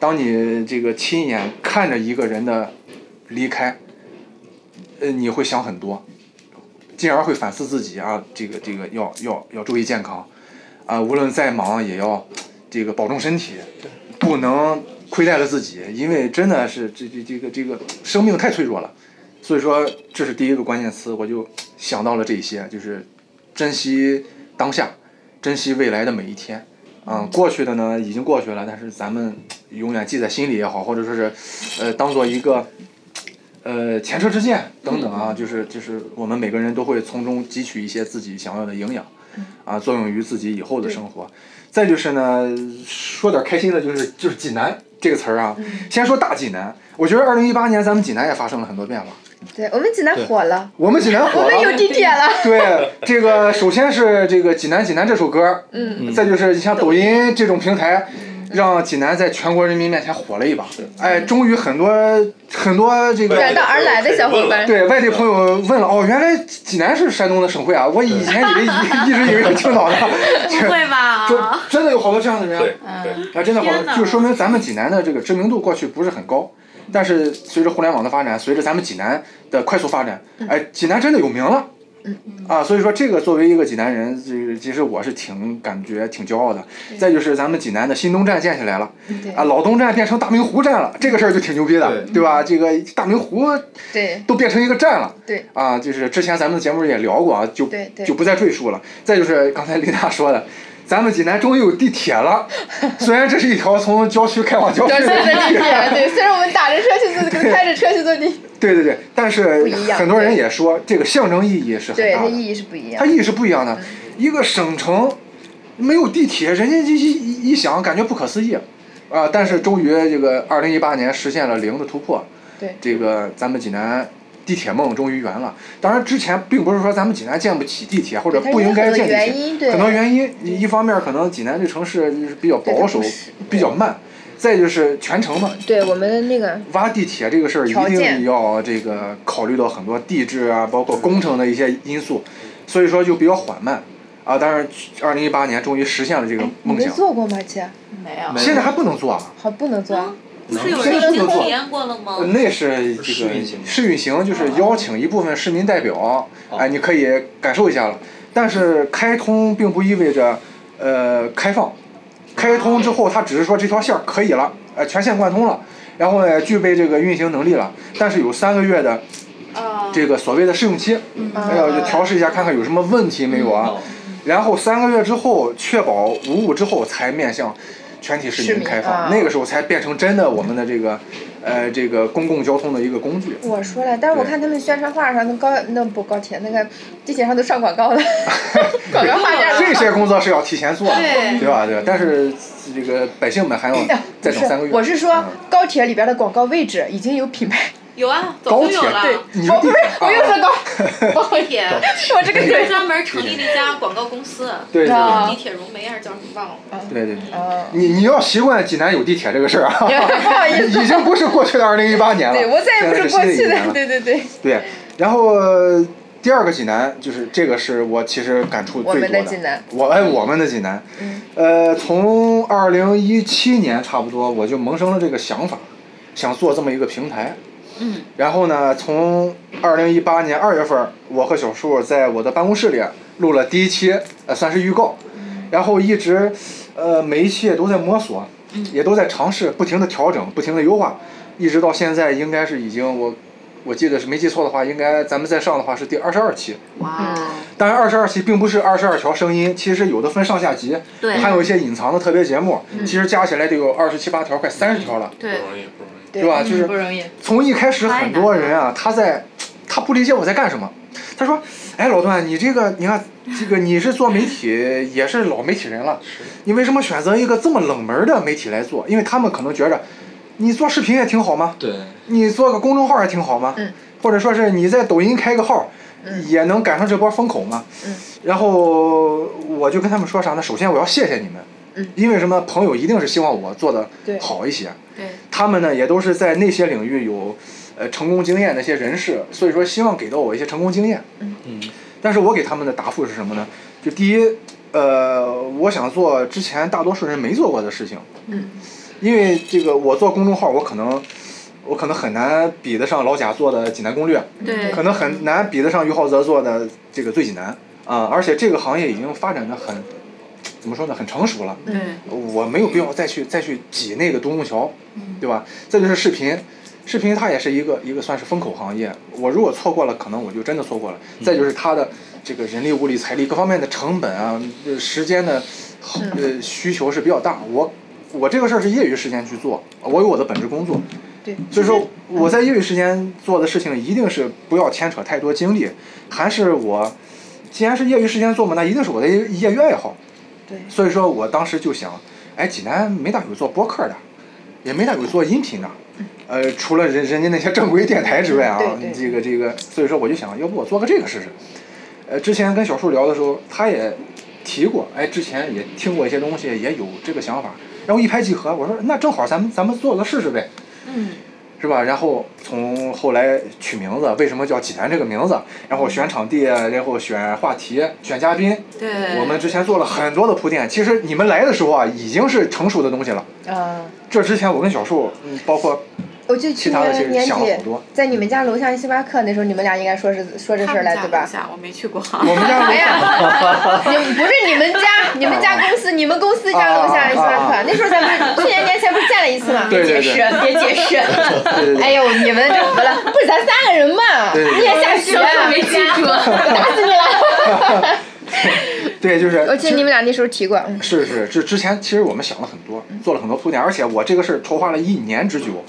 当你这个亲眼看着一个人的离开，呃，你会想很多，进而会反思自己啊，这个这个要要要注意健康，啊、无论再忙也要这个保重身体，不能亏待了自己，因为真的是这这这个这个生命太脆弱了，所以说这是第一个关键词，我就想到了这些，就是珍惜当下，珍惜未来的每一天。嗯，过去的呢已经过去了，但是咱们永远记在心里也好，或者说是，呃，当做一个，呃，前车之鉴等等啊，就是就是我们每个人都会从中汲取一些自己想要的营养，嗯啊，作用于自己以后的生活。再就是呢，说点开心的，就是就是济南这个词儿嗯啊，先说大济南，我觉得二零一八年咱们济南也发生了很多变化，对，我们济南火了，我们济南火了，我们有地铁了，对，这个首先是这个济南济南这首歌，嗯，再就是像抖音这种平台，嗯让济南在全国人民面前火了一把。哎，终于很多很多这远个道而来的小伙 伴，对外地朋友问了，哦，原来济南是山东的省会啊！我以前以为一一直以为是青岛的， 不会吧？真真的有好多这样的人。对对，嗯啊，真的好啊天哪多，就说明咱们济南的这个知名度过去不是很高，但是随着互联网的发展，随着咱们济南的快速发展，嗯哎，济南真的有名了。啊，所以说这个作为一个济南人，这个其实我是挺感觉挺骄傲的。再就是咱们济南的新东站建起来了，嗯对啊，老东站变成大明湖站了，这个事儿就挺牛逼的，对吧？这个大明湖对都变成一个站了。对啊，就是之前咱们的节目也聊过啊，就对对就不再赘述了。再就是刚才丽娜说的，咱们济南终于有地铁 了，虽然这是一条从郊区开往郊区的地铁，对，虽然我们打着车去坐，开着车去坐地，对对对，但是不一样很多人也说这个象征意义是很对，大它的，意义嗯是不一样它。意义是不一样的。一个省城没有地铁，人家一一一想，感觉不可思议啊、但是终于这个二零一八年实现了零的突破，对这个咱们济南地铁梦终于圆了。当然之前并不是说咱们济南建不起地铁或者对它不应该有很建多地原铁，因，对，很多原因，一一方面可能济南这城市就是比较对它保守不是，比较慢，再就是全程嘛，对我们的那个挖地铁这个事儿一条定件要这个考虑到很多地质啊，包括工程的一些因素，所以说就比较缓慢啊。但是二零一八年终于实现了这个你梦没想，坐过吗，姐？没有。现在还不能做啊。好，不能坐啊。不是有谁人已能经做体验过了吗？呃那是这试运个行吗啊试运行，啊就是邀请一部分市民代表，哎，你可以感受一下了。但是开通并不意味着呃开放，开通之后它只是说这条线儿可以了，呃，全线贯通了，然后呢具备这个运行能力了，但是有三个月的啊这个所谓的试用期，嗯哎呀，就调试一下看看有什么问题没有嗯啊。然后三个月之后确保无误之后才面向全体市市民民开放，啊那个时候才变成真的我们的这个呃这个公共交通的一个工具。我说了，但是我对看他们宣传画上，那高那不高铁那个地铁上都上广告 了，广告画面这些工作是要提前做的，对对吧？对吧？但是这个百姓们还要再哎不等是三个月。，我是说嗯高铁里边的广告位置已经有品牌，哦有啊，高早就铁有了。对，你说 我不地是铁，我又说啊高， 高铁 我这个就是人，专门成立了一家广告公司，对对啊地铁融媒还是叫什么忘了。对对对，啊，你你要习惯济南有地铁这个事儿啊， 不好意思，已经不是过去的二零一八年了，对我再也不现在是过新去的一年的，了。对对对，对，然后呃第二个济南就是这个是我其实感触最我多们的济南嗯我哎，我们的济南，呃，从二零一七年差不多我就萌生了这个想法，想做这么一个平台。嗯。然后呢，从二零一八年二月份儿，我和小树在我的办公室里录了第一期，呃，算是预告。嗯然后一直，呃，每一期也都在摸索，嗯也都在尝试，不停的调整，不停的优化，一直到现在应该是已经我，我记得是没记错的话，应该咱们再上的话是第二十二期。哇，当然，二十二期并不是二十二条声音，其实有的分上下集，对还有一些隐藏的特别节目，嗯其实加起来得有二十七八条，快三十条了，对，易，不容易。是吧？就是嗯不容易。从一开始很多人啊，他在他不理解我在干什么。他说：“哎，老段，你这个，你看，这个你是做媒体，也是老媒体人了，你为什么选择一个这么冷门的媒体来做？因为他们可能觉着，你做视频也挺好吗？对，你做个公众号也挺好吗？嗯或者说是你在抖音开个号，也能赶上这波风口吗？嗯然后我就跟他们说啥呢？首先我要谢谢你们，嗯因为什么？朋友一定是希望我做的对好一些，对他们呢也都是在那些领域有呃成功经验的一些人士，所以说希望给到我一些成功经验。嗯，但是我给他们的答复是什么呢？就第一，呃，我想做之前大多数人没做过的事情。嗯。因为这个，我做公众号，我可能，我可能很难比得上老贾做的《济南攻略》，对可能很难比得上于浩泽做的这个《最济南》啊、而且这个行业已经发展的很，怎么说呢，很成熟了。对我没有必要再去再去挤那个独木桥，嗯对吧？再就是视频，视频它也是一个一个算是风口行业。我如果错过了，可能我就真的错过了。再就是它的这个人力、物力、财力各方面的成本啊，呃时间的呃需求是比较大。我我这个事儿是业余时间去做，我有我的本职工作，对，所以说我在业余时间做的事情一定是不要牵扯太多精力，还是我既然是业余时间做嘛，那一定是我的业业余爱好。对所以说我当时就想，哎，济南没大有做播客的，也没大有做音频的，呃，除了人人家那些正规电台之外啊，嗯 对对这个这个，所以说我就想要不我做个这个试试。呃，之前跟小树聊的时候，他也提过，哎，之前也听过一些东西，也有这个想法，然后一拍即合，我说那正好咱们咱们做做试试呗，嗯，是吧？然后从后来取名字，为什么叫济南这个名字？然后选场地，然后选话题，选嘉宾，对，我们之前做了很多的铺垫，其实你们来的时候啊，已经是成熟的东西了。啊。这之前我跟小树，嗯，包括我就去其他的其年实年想了好底多嗯在你们家楼下星巴克那时候，你们俩应该说是说这他事儿们来家对楼吧？下我没去过，我们家楼哎呀，你们不是你们家，你们家公司，你们公司家楼下的星巴克，那时候咱们去年年前不是见了一次吗？对对对解释，别解释。对对对哎呦，你们这服了，不是咱三个人嘛？对对对你也下雪，没记住。打死你了！对，就是我记得你们俩那时候提过，嗯是是，这之前其实我们想了很多，做了很多铺垫，而且我这个事儿筹划了一年之久。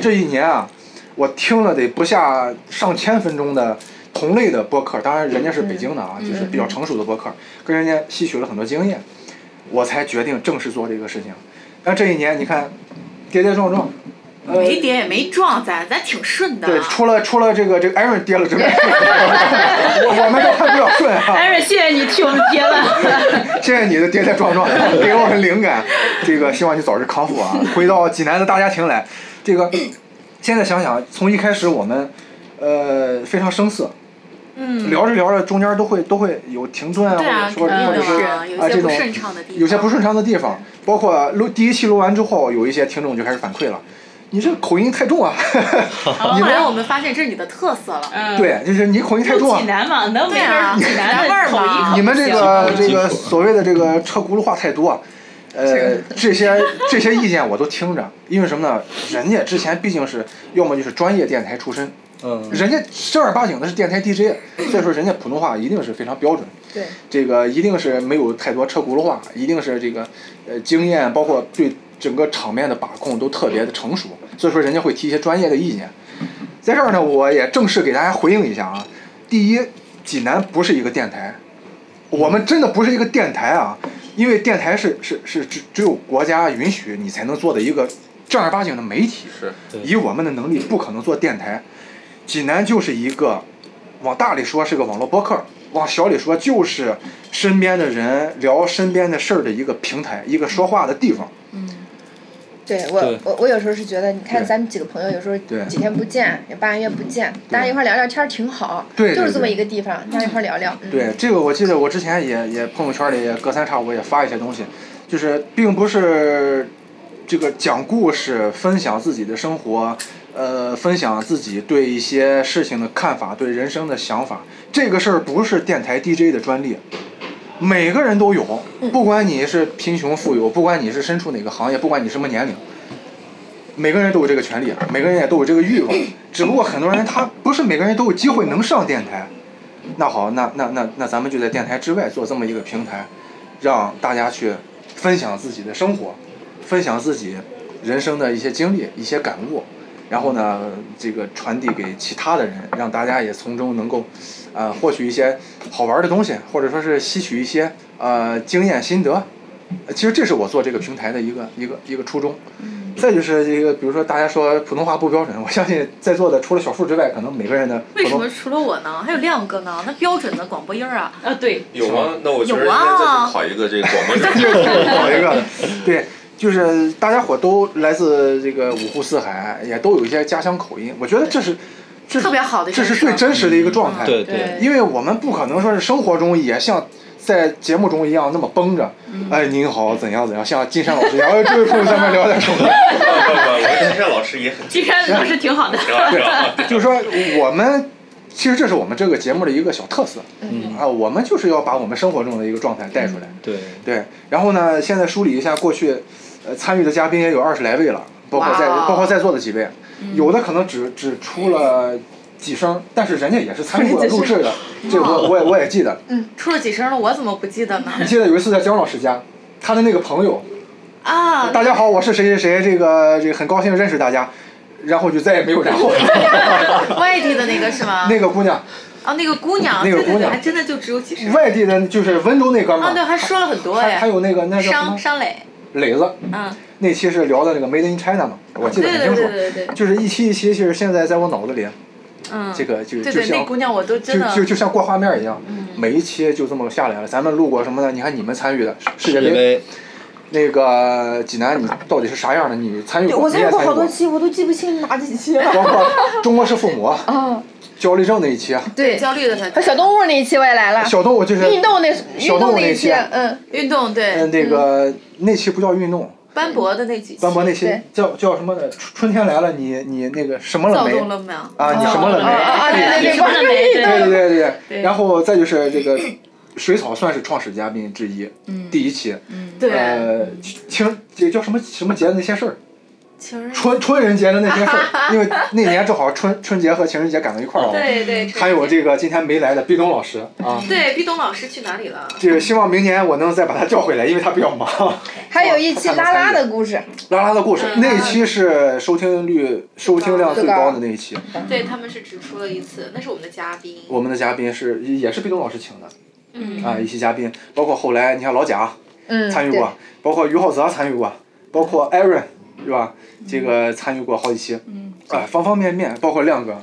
这一年啊，我听了得不下上千分钟的同类的播客，当然人家是北京的啊，就是比较成熟的播客，跟人家吸取了很多经验，我才决定正式做这个事情。但这一年你看，跌跌撞撞，呃没跌也没撞，咱咱挺顺的。啊对，出了出了这个这个 Aaron 跌了之外，我我们都还比较顺哈、艾瑞，谢谢你替我们贴了。 谢谢你的跌跌撞撞，给我们灵感。这个希望你早日康复啊！回到济南的大家庭来，这个现在想想，从一开始我们呃非常生涩，嗯，聊着聊着中间都会都会有停顿啊，对啊，或肯者定说或者的说嘛，啊有这些不种顺畅的地方，有些不顺畅的地方，包括录第一期录完之后，有一些听众就开始反馈了，你这口音太重啊！后来我们发现这是你的特色了，嗯，对，就是你口音太重啊济！南嘛，能没对啊法济南南味的儿口嘛 音口你们这不行个这基个础所谓的这个车轱辘话太多，啊呃，这些这些意见我都听着，因为什么呢？人家之前毕竟是要么就是专业电台出身，嗯，人家正儿八经的是电台 DJ，所以说人家普通话一定是非常标准，对，这个一定是没有太多车轱辘话，一定是这个呃经验，包括对整个场面的把控都特别的成熟，所以说人家会提一些专业的意见。在这儿呢，我也正式给大家回应一下啊，第一，济南不是一个电台，我们真的不是一个电台啊，因为电台是是是只只有国家允许你才能做的一个正儿八经的媒体，是对以我们的能力不可能做电台。济南就是一个，往大里说是个网络播客，往小里说就是身边的人聊身边的事儿的一个平台，一个说话的地方。对我对我我有时候是觉得，你看对咱们几个朋友有时候对几天不见，也半个月不见，大家一块儿聊聊天儿挺好，对对就是这么对一个地方，大家一块儿聊聊，嗯，对，这个我记得我之前也也朋友圈里也隔三差五也发一些东西，就是并不是这个讲故事、分享自己的生活，呃，分享自己对一些事情的看法、对人生的想法。这个事儿不是电台 DJ 的专利，每个人都有，不管你是贫穷富有，不管你是身处哪个行业，不管你什么年龄。每个人都有这个权利，每个人也都有这个欲望，只不过很多人他不是每个人都有机会能上电台，那好，那那那那咱们就在电台之外做这么一个平台，让大家去分享自己的生活，分享自己人生的一些经历、一些感悟，然后呢，这个传递给其他的人，让大家也从中能够，呃，获取一些好玩的东西，或者说是吸取一些呃经验心得。呃其实这是我做这个平台的一个一个一个初衷。嗯 再就是这个，比如说大家说普通话不标准，我相信在座的除了小树之外，可能每个人的普为什通么除了我呢，还有亮哥呢？那标准的广播音儿 啊，啊，对，有吗？那我觉得有今啊天再去考一个这个广播证 搞一个，对，就是大家伙都来自这个五湖四海，也都有一些家乡口音，我觉得这是这是特别好的一嗯这件事是儿，最真实的一个状态，嗯对对因为我们不可能说是生活中也像。在节目中一样那么绷着，嗯哎，您好，怎样怎样，像金山老师一样，哎，这位朋友咱们聊点什 么？不不不，我金山老师也很金山老师挺好的。挺好，挺好。就是说，我们其实这是我们这个节目的一个小特色，嗯啊，我们就是要把我们生活中的一个状态带出来，对，对，然后呢，现在梳理一下过去，呃，参与的嘉宾也有二十来位了，包括在、哇哦嗯包括在座的几位，有的可能只只出了几声，但是人家也是参与过录制 的，这个我我也我也记得， 出了几声了，我怎么不记得 呢？你记得有一次在姜老师家，他的那个朋友，啊，大家好，我是谁谁谁，这个这个很高兴认识大家，然后就再也没有然后 了。外地的那个是吗？那个姑娘，啊，那个姑娘，那个对对姑对，娘还真的就只有几声。外地的，就是温州那哥们啊，对，儿，还说了很多还还哎，有那个那叫什商么商磊，磊子，嗯，那期是聊的那个 Made in China 嘛，我记得对很清对对楚。对对对，就是一期一期，就是现在在我脑子里，嗯，这个就对就对，那像姑娘我都真就的就就像过画面一样，每一期就这么下来了。咱们录过什么呢？你看你们参与的世界因杯，为那个济南你到底是啥样的？你参与过，你也参与过，期，我都记不清哪几期了。包括中国式父母、啊，焦虑症那一期，啊对，焦虑的她和小动物那一期我也来了，小动物就是运动那运小动动物那那一期，期，嗯，运动嗯，对，那个那期不叫运动，斑驳的那几期斑驳那期对叫叫什么的？春春天来了，你你那个什么了躁没动？了没有？啊，你什么了哦啊没？啊啊，对对对，什么都没对对对对对对然后再就是这个水草算是创始嘉宾之一，第一期，对，呃，清这叫什么什么节的那些事儿，情人春春人节的那些事儿，因为那年正好春春节和情人节赶到一块儿了。哦对对，陈还有姐这个今天没来的毕东老师啊，对毕东老师去哪里了？这个希望明年我能再把他叫回来，因为他比较忙。还有一期拉拉的故事，拉拉的故事嗯那一期是收听率、收听量最高的那一期，对他们是只出了一次，那是我们的嘉宾。我们的嘉宾是也是毕东老师请的嗯，啊，一期嘉宾包括后来你看老贾嗯，参与过，包括于浩泽参与过，包括艾润是吧？这个参与过好几期，啊，方方面面，包括亮哥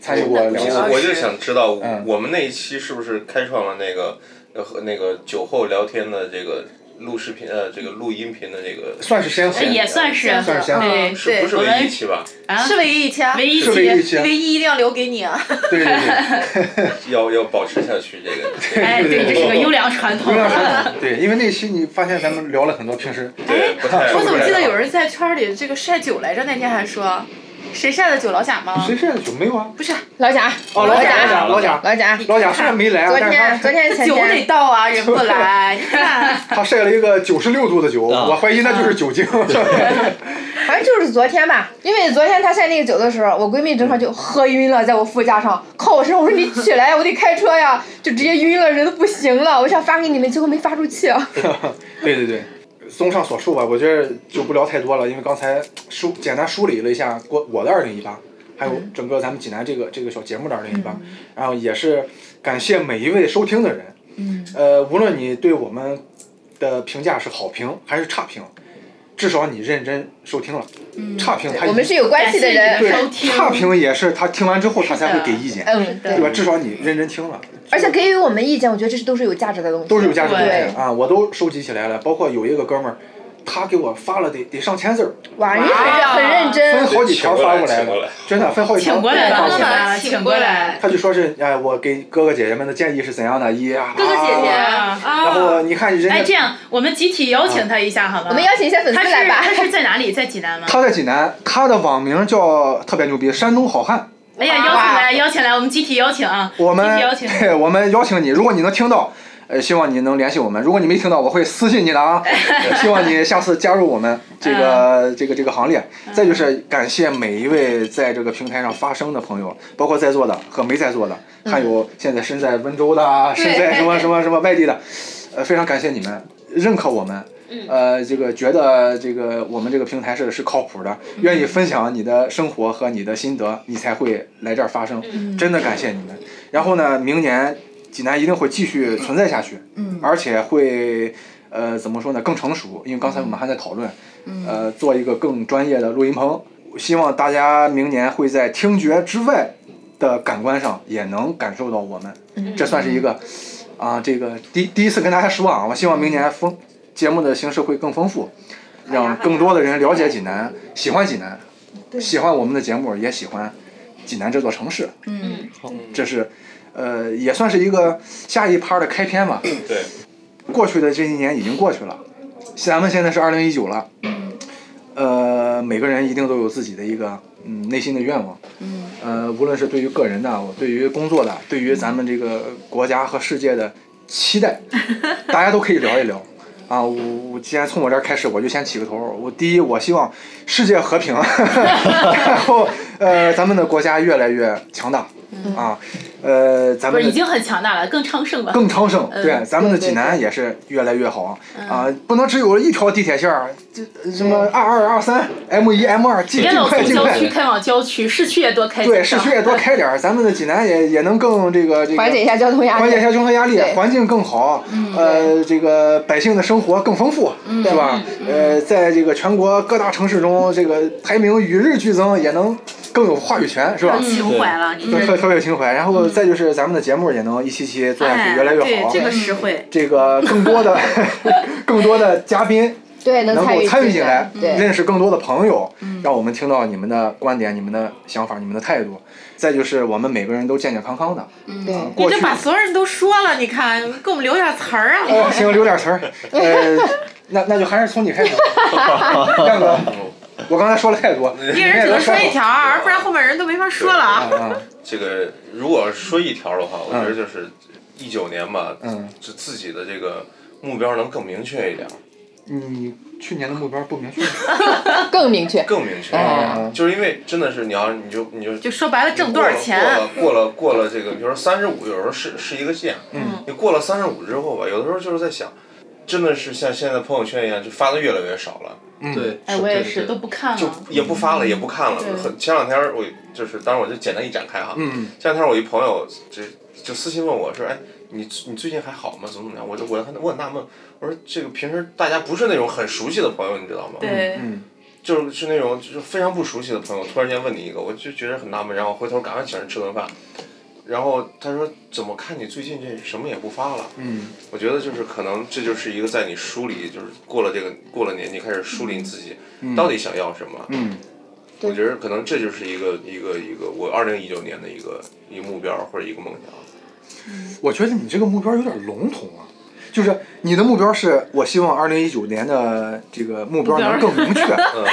参与过嗯两真的期不。我就想知道嗯，我们那一期是不是开创了那个呃和那个酒后聊天的这个录视频呃这个录音频的这个算是呃先河也算是算是先河对是不是我唯一们一期吧？是唯一一期啊，唯一是唯一一期，期，唯一一定要留给你啊！对对对，要要保持下去这个。 哎，对，这是个优良传统不。要说对，因为那期你发现咱们聊了很多平时对，不太。哎我怎么记得有人在圈里这个晒酒来着？那天还说，谁晒的酒老贾吗？谁晒的酒没有啊？不是，老贾，哦，老老贾，贾，老贾，老贾，老贾虽然没来啊，昨但是天他昨天前酒得天，到啊，人不来。你看，他晒了一个九十六度的酒，啊我怀疑那就是酒精。 好像就是昨天吧，因为昨天她晒那个酒的时候，我闺蜜正好就喝晕了，在我副驾上靠我身上，我说你起来，我得开车呀，就直接晕了，人都不行了，我想发给你们，结果没发出去。啊 对对对。综上所述吧，我觉得就不聊太多了，因为刚才梳简单梳理了一下过我的二零一八，还有整个咱们济南这个这个小节目的二零一八，嗯然后也是感谢每一位收听的人，嗯，呃，无论你对我们的评价是好评还是差评，至少你认真收听了，差评他嗯我们是有关系的人，对收听差评也是他听完之后他才会给意见，嗯，对对。吧？至少你认真听了，而且给予我们意见，我觉得这是都是有价值的东西，都是有价值的对东西啊，我都收集起来了。包括有一个哥们儿，他给我发了得得上千字儿，哇，你很认很认分真，好几条发过来请过的来，真的分好几条 请过来发过的，来。来请过来。他就说是哎，我给哥哥姐姐们的建议是怎样的？一啊，哥哥姐姐啊然后啊，你看人哎，这家样我们集体邀请他一下好吗？我们邀请一些粉丝他是来吧他。是在哪里？在济南吗？他在济南，他的网名叫特别牛逼，山东好汉。哎呀，邀请来，邀请来，我们集体邀请啊！我集们体邀请。 对，我们邀请你，如果你能听到。呃，希望你能联系我们。如果你没听到，我会私信你的 啊。希望你下次加入我们这嗯个、这个这个行列。再就是感谢每一位在这个平台上发声的朋友，包括在座的和没在座的，嗯还有现在身在温州的啊，身在什么什么什么外地的，呃，非常感谢你们认可我们。呃，这个觉得这个我们这个平台是是靠谱的，愿意分享你的生活和你的心得，你才会来这儿发声。真的感谢你们。然后呢，明年济南一定会继续存在下去，而且会呃怎么说呢更成熟，因为刚才我们还在讨论，呃做一个更专业的录音棚，希望大家明年会在听觉之外的感官上也能感受到我们，这算是一个啊、这个第第一次跟大家说啊，我希望明年丰节目的形式会更丰富，让更多的人了解济南，喜欢济南，喜欢我们的节目，也喜欢济南这座城市。嗯，这是，呃，也算是一个下一趴的开篇吧。对，过去的这一年已经过去了，咱们现在是二零一九了。呃，每个人一定都有自己的一个嗯内心的愿望。嗯。呃，无论是对于个人的，我对于工作的，对于咱们这个国家和世界的期待，大家都可以聊一聊。啊，我我既然从我这儿开始，我就先起个头儿。我第一，我希望世界和平， 然后呃，咱们的国家越来越强大。啊，呃，咱不们是的已经很强大了，更昌盛吧？ 更昌盛。对，咱们的济南也是越来越好啊，不能只有一条地铁线儿，这什么二二二三 M 一 M 二，尽别尽老快从尽郊快区。开往郊区，市区也多开几啊对，条。市区也多开点儿，咱们的济南也也能更这个这个缓解一下交通压缓解一力。下交通压力，对环境更好，呃，这个百姓的生活更丰富，是吧？呃，在这个全国各大城市中，这个排名与日俱增，也能更有话语权，是吧？情怀了，你嗯更这特特别有情怀，然后再就是咱们的节目也能一期期做下去，哎，越来越好对，。这个实惠。这个更 多的更多的嘉宾对，能参够与参与进进来，对，认识更多的朋友，嗯让我们听到你们的观点、你们的想法、你们的态度。再就是我们每个人都健健康康的。对啊你过这去把所有人都说了，你看，给我们留点词儿啊！哦，行，留点 词儿。呃，那那就还是从你开始， 亮哥。我刚才说了太多，一一人只能说一条儿，不然后面人都没法说了啊。啊，这个如果说一条的话，我觉得就是一九年吧，嗯就自己的这个目标能更明确一点。你去年的目标不明确吗，更明确。更明确哎，就是因为真的是你要你就你就哦就说白了挣多少钱，过了过了过了这个，比如说三十五，有时候是是一个线。嗯。你过了三十五之后吧，有的时候就是在想，真的是像现在朋友圈一样，就发的越来越少了，嗯对，哎，我也是都不看嗯就了。也不发了，也不看了对。很前两天我就是，当然我就简单一展开哈。嗯，前两天我一朋友就就私信问我说：“哎，你你最近还好吗？怎么怎么样？”我就我还我很纳闷，我说这个平时大家不是那种很熟悉的朋友，你知道吗？对，嗯，就是是那种就是非常不熟悉的朋友，突然间问你一个，我就觉得很纳闷，然后回头赶快请人吃顿饭，然后他说怎么看你最近这什么也不发了？嗯，我觉得就是可能这就是一个在你梳理，就是过了这个过了年纪开始梳理你自己、到底想要什么。嗯，我觉得可能这就是一个一个一个我二零一九年的一个一个目标或者一个梦 想。我觉得你这个目标有点笼统啊。就是你的目标是我希望二零一九年的这个目标能更明确。 嗯，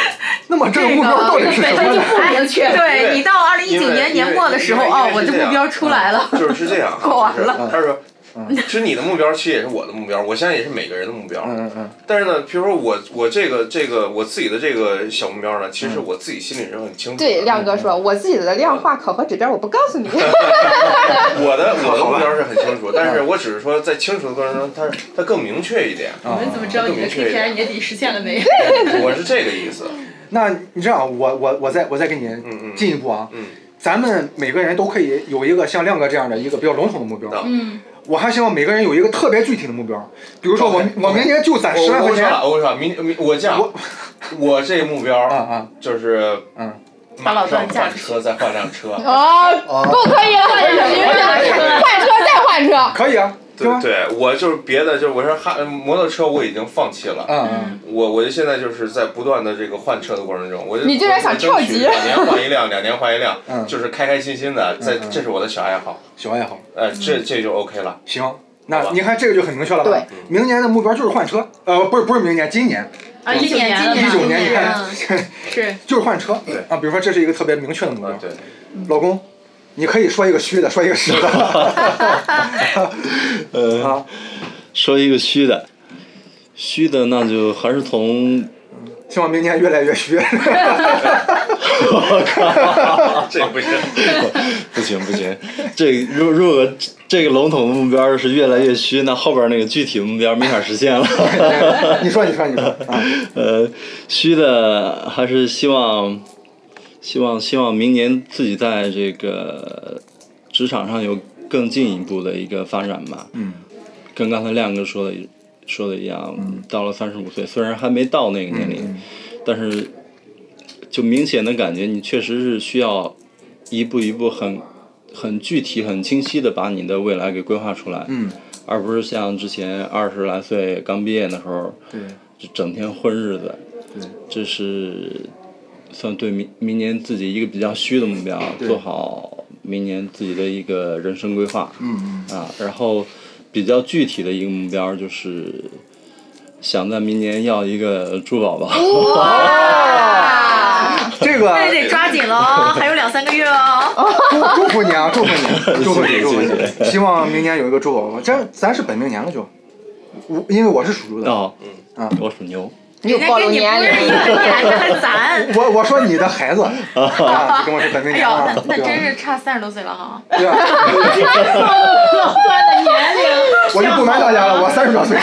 那么这个目标到底是什么呢？明确。因为对你到二零一因九为年年末的时候，因为因为哦，我是这这样目标出来了。就是是这样啊，过完了。他说，嗯其实你的目标其实也是我的目标，我相信也是每个人的目标。嗯嗯但是呢，比如说我我这个这个我自己的这个小目标呢，其嗯实我自己心里是很清楚的。对，亮哥说，我自己的量化考核指标我不告 诉你。嗯我的我的目标是很清楚，但是我只是说在清楚的过程中，它它更明确一点。嗯我们怎么知哦道你的 KPI 年底实现了没？我是这个意思。那你这样，我我我再我再给你嗯进一步啊，嗯咱们每个人都可以有一个像亮哥这样的一个比较笼统的目标。啊嗯，我还希望每个人有一个特别具体的目标，比如说我 OK，我明年就攒我十万我块跟你说钱。了，我跟你说，明明我这样我，我这个目啊标啊，就是嗯，马老段上嫁换出去车，再换辆车。哦，不可以了，哎换车再换车。可以啊，对哎吧？对，我就是别的，就是我说哈摩托车我已经放弃了。嗯嗯，我我就现在就是在不断的这个换车的过程中，我就你居然想跳级我我争取两年换一辆，两年换一辆，嗯就是开开心心的，在这是我的小爱好，小爱好，呃，这这就 OK 了。行。好那吧你看这个就很明确了吧？对，明年的目标就是换车，呃，不是不是明年，今年啊，一九年了一吧九年，你看啊嗯是就是换车，对啊，比如说这是一个特别明确的目标啊，，对，老公，你可以说一个虚的，说一个实 的，呃，啊，说一个虚的，虚的那就还是从希望明年越来 越虚。啊这个不 行。不行不 行，这如如果这个笼统的目标是越来越虚，那后边那个具体目标没法实 现了。 你说，你说，你说啊，呃，虚的还是希望，希望希望明年自己在这个职场上有更进一步的一个发展吧。嗯，跟刚才亮哥说的一说的一样，到了三十五岁，虽然还没到那个年龄，嗯但是就明显的感觉，你确实是需要一步一步很很具体、很清晰的把你的未来给规划出来，嗯，而不是像之前二十来岁刚毕业的时候，对，就整天混日子，对，这是算对明明年自己一个比较虚的目标，做好明年自己的一个人生规划，嗯啊，然后比较具体的一个目标就是想在明年要一个猪宝宝，嗯，这个那得抓紧了哦，还有两三个月哦。祝祝福你啊，祝福 你，祝福谢你，谢祝福谢你，希望明年有一个猪宝宝。这咱是本命年了就，我因为我是属猪的， 哦，啊我属牛，又暴露年人家跟你龄，不是一个年龄，还 攒。我我说你的孩 子，啊，你跟我是本命 哎年呦，啊那，那对真吧？是差三十多岁了哈。对啊，算的年龄。我就不瞒大家了，我三十多岁。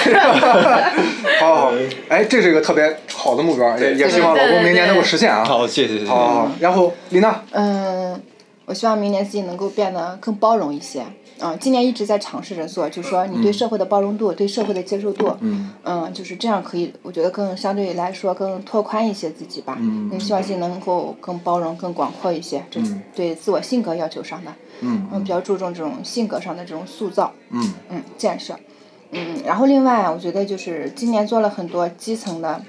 好好好，哎，这是一个特别好的目标，也也希望老公明年能够实现啊。好好，谢谢谢谢，好好，然后丽娜，嗯，我希望明年自己能够变得更包容一些。嗯，今年一直在尝试着做，就说你对社会的包容度，对社会的接受度，嗯嗯，就是这样可以，我觉得更相对来说更拓宽一些自己吧。嗯嗯，希望自己能够更包容、更广阔一些，这是嗯对自我性格要求上的，嗯，嗯比较注重这种性格上的这种塑造，嗯嗯，建设，嗯，然后另外我觉得就是今年做了很多基层的。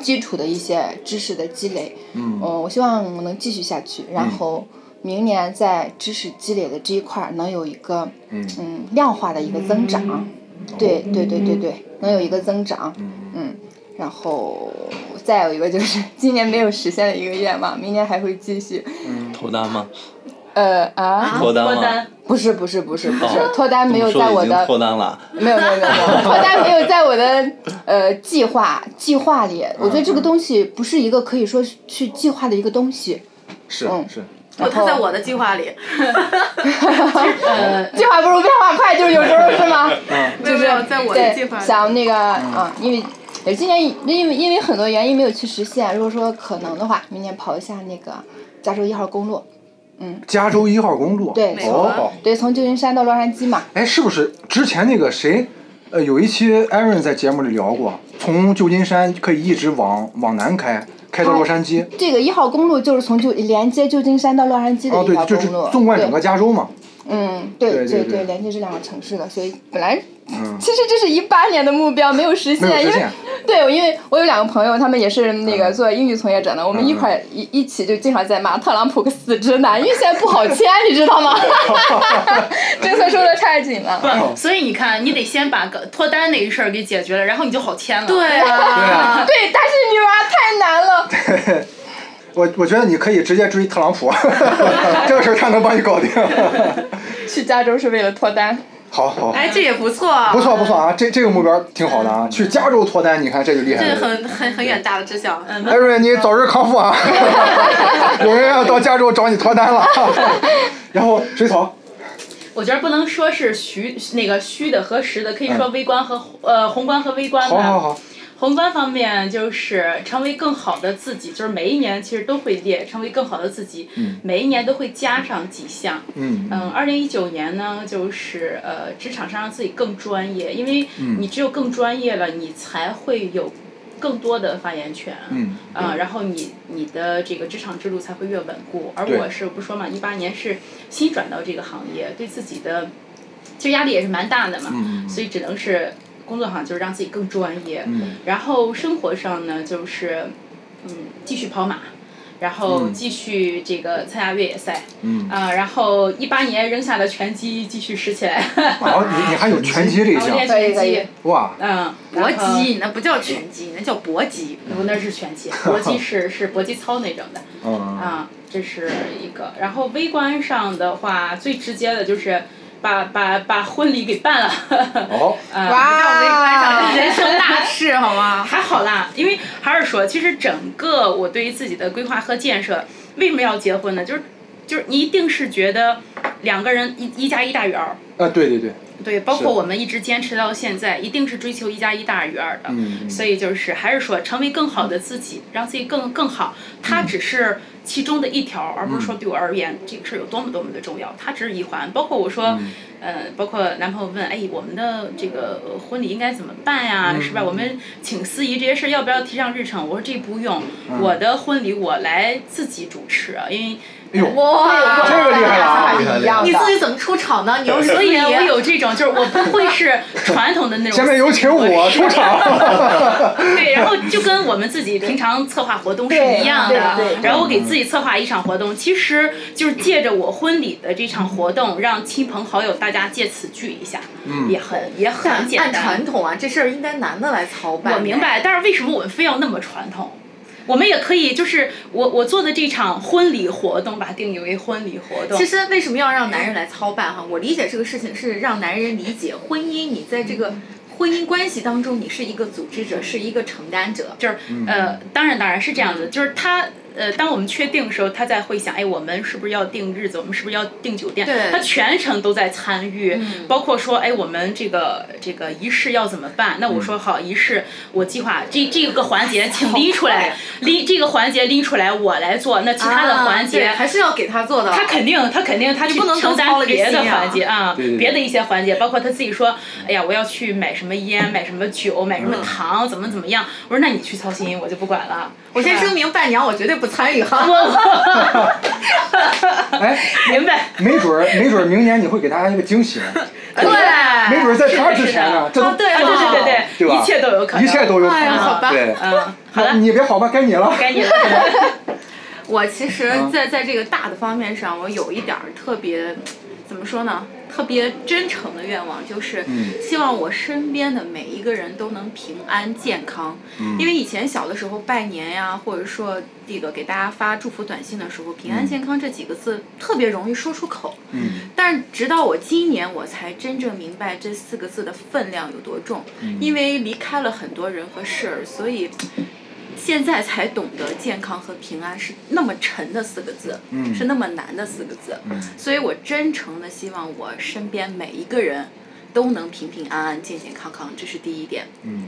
基础的一些知识的积累，嗯呃，我希望我能继续下去，然后明年在知识积累的这一块儿能有一个嗯嗯量化的一个增长，嗯对对对对对，能有一个增长，嗯嗯，然后再有一个就是今年没有实现的一个愿望，明年还会继续，脱单吗？呃啊，脱单脱吗？单，不不是不是不是不是哦，脱单没有这么在说我已经的脱单了， 没有没有没有，没有，脱单没有在我的呃计划计划里。我觉得这个东西不是一个可以说去计划的一个东西，是嗯是，不，哦他在我的计划里，呃，计划不如变化快，就是有时候是 吗？嗯没有没有，在我的计对划，里。想那个啊，因为。对，今年因为因为很多原因没有去实现。如果说可能的话，明年跑一下那个加州一号公路。加州一号公路，对哦，对，从旧金山到洛杉矶嘛。哎，是不是之前那个谁，呃，有一期艾润在节目里聊过，从旧金山可以一直往往南开，开到洛杉矶。这个一号公路就是从旧连接旧金山到洛杉矶的哦，一对条，就是公路，纵贯对整个加州嘛。嗯，对对对对对嗯连接这两个城市的，所以本来、其实这是一八年的目标，没有实现，没有实因为现啊嗯对，因为我有两个朋友，他们也是那个做英语从业者的，我们一块儿一一起就经常在骂特朗普个死直男，因为现在不好签，你知道吗？ 政策收的太紧了。啊不，哦所以你看，你得先把个脱单那一事儿给解决了，然后你就好签了。哎对对啊，对，但是女娃太难了。我我觉得你可以直接追特朗普， 这个事儿他能帮你搞定。 去加州是为了脱单，好好，哎，这也不错，不错不错啊，这这个目标挺好的啊，去加州脱单，你看这就厉害这了。很很很远大的志向。嗯，艾瑞，你早日康复啊！有人要到加州找你脱单了。 然后水草，我觉得不能说是虚那个虚的和实的，可以说微观和、呃宏观和微观吧。好好好，宏观方面就是成为更好的自己，就是每一年其实都会列成为更好的自己，每一年都会加上几项。嗯嗯，二零一九年呢，就是呃职场上让自己更专业，因为嗯你只有更专业了，你才会有更多的发言权。嗯啊、然后你你的这个职场之路才会越稳固。而对我是不是说嘛，一八年是新转到这个行业，对自己的其实压力也是蛮大的嘛，嗯嗯所以只能是工作上就是让自己更专业，嗯然后生活上呢就是嗯继续跑马。然后嗯继续这个参加越野赛，嗯。啊、然后一八年扔下的拳击继续拾起来，哦，你你还有拳击这一然后项练可以拳可以击，哇！嗯，搏然后击，那不叫拳击，那叫搏击。我那是 拳击，搏击是是搏击操那种的，嗯，啊，这是一个。然后微观上的话，最直接的就是把把把婚礼给办了， 哦，呃啊，啊，人生大事好吗？ 还好啦。因为还是说，其实整个我对于自己的规划和建设，为什么要结婚呢？就是就是你一定是觉得两个人一一加一大于二。啊，对对对，对，包是括我们一直坚持到现在，一定是追求一加一大于二的。嗯所以就是还是说，成为更好的自己，让自己更更好。嗯它只是其中的一条，而不是说对我而言这个事儿有多么多么的重要。它只是一环。包括我说，嗯呃，包括男朋友问，哎，我们的这个呃婚礼应该怎么办嗯呀？是吧？我们请司仪这些事儿要不要提上日程？我说这不用，嗯我的婚礼我来自己主持，啊因为。哎哇这个厉害了啊想法是一样的。你自己怎么出场呢？你又 所所以啊我有这种，就是我不会是传统 的那种。下面有请我出 场。 对，然后就跟我们自己平常策划活动是一样的对对对。然后我给自己策划一场活动，其实就是借着我婚礼的这场活动，让亲朋好友大家借此聚一下，也很也很简按传单。统啊，这事儿应该男的来操办。我明。白，但是为什么我们非要那么传统？我们也可以，就是我我做的这场婚礼活动，把它定义为婚礼活动。其实为什么要让男人来操办哈？我理解这个事情是让男人理解婚姻，你在这个婚姻关系当中，你是一个组织者，是一个承担者。就是呃，当然当然是嗯这样子，就是他呃，当我们确定的时候，他在会想，哎，我们是不是要定日子？我们是不是要定酒店对？嗯他全程都在参与，包括说，哎，我们这个这个仪式要怎么嗯办？那我说好，仪式我计划这这个 环节请拎出来，拎这个环节拎出来我来做，那其他的环节啊对还是要给他做的。他肯定，他肯定，他去不能承更操担了这别的心啊环节啊，对对别的一些环节，包括他自己说，哎呀，我要去买什 么烟，买什么嗯酒，买什么糖，怎么怎么样。我说那你去操心，我就不管了。啊我先声明，伴娘我绝对啊不参与哈。 哎， 明白， 没准儿，没准儿明年你会给大家一个 惊喜呢，哎没对，准儿在他之前呢，这都啊对对对对对，对吧一切都有可能，一切都有可哎呀好能。啊吧对，嗯，好那了，你别好吧，该你了。该 你了。我其实在在这个大的方面上，我有一点儿特别，怎么说呢？特别真诚的愿望就是，希望我身边的每一个人都能平安健康。因为以前小的时候拜年呀，或者说这个给大家发祝福短信的时候，平安健康这几个字特别容易说出口。嗯但是直到我今年，我才真正明白这四个字的分量有多重，嗯因为离开了很多人和事儿，所以现在才懂得健康和平安是那么沉的四个字，嗯是那么难的四个字。所以我真诚的希望我身边每一个人都能平平安安、健健康康，这是第一点。嗯，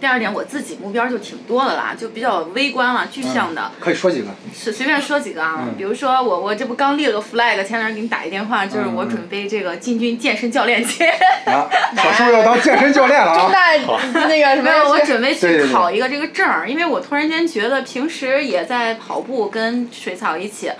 第二点，我自己目标就挺多的啦，就比较微观了、具嗯象的。可以说 几个。是随便说几个啊，嗯比如说我我这不刚立了个 flag，前两天给你打一电话，就是我准备这个进军健身教练 界，啊，小叔要当健身教练了中 啊！大那个什没有，么我准对备去对对考一个这个证儿，因为我突然间觉得平时也在跑步跟水草一起，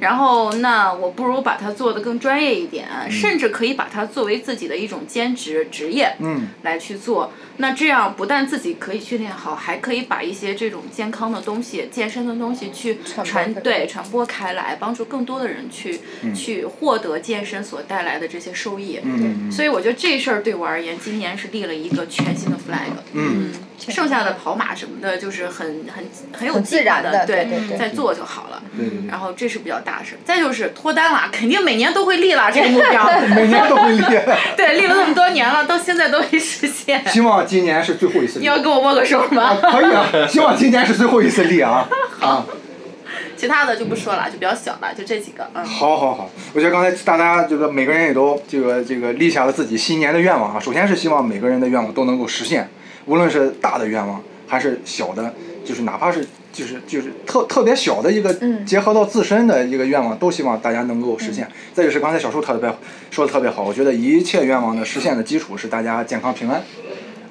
然后那我不如把它做的更专业一点，甚至可以把它作为自己的一种兼职职业，嗯，来去做。那这样不但自己可以训练好，还可以把一些这种健康的东西、健身的东西去传播传开来对传播开来，帮助更多的人去、去获得健身所带来的这些收益。嗯所以我觉得这事儿对我而言，今年是立了一个全新的 flag。嗯，剩下的跑马什么的，就是很很很有很计自划然的，的对，对对对在做就好了。对对对，然后这是比较大事，再就是脱单啦，肯定每年都会立啦这个目标， 嗯每年都会列， 对，立了那么多年了，到现在都没实现。希望今年是最后一次你立。要跟我握个手啊 吗？可以啊，希望今年是最后一次立 啊！啊，其他的就不说了，就比较小了，就这几个，嗯。好好好，我觉得刚才大家这个每个人也都这个这个立下了自己新年的愿望啊。首先是希望每个人的愿望都能够实现，无论是大的愿望还是小的，就是哪怕是就是就是特特别小的一个嗯结合到自身的一个愿望，都希望大家能够实现。再就是刚才小叔特别说的特别好，我觉得一切愿望的实现的基础是大家健康平安。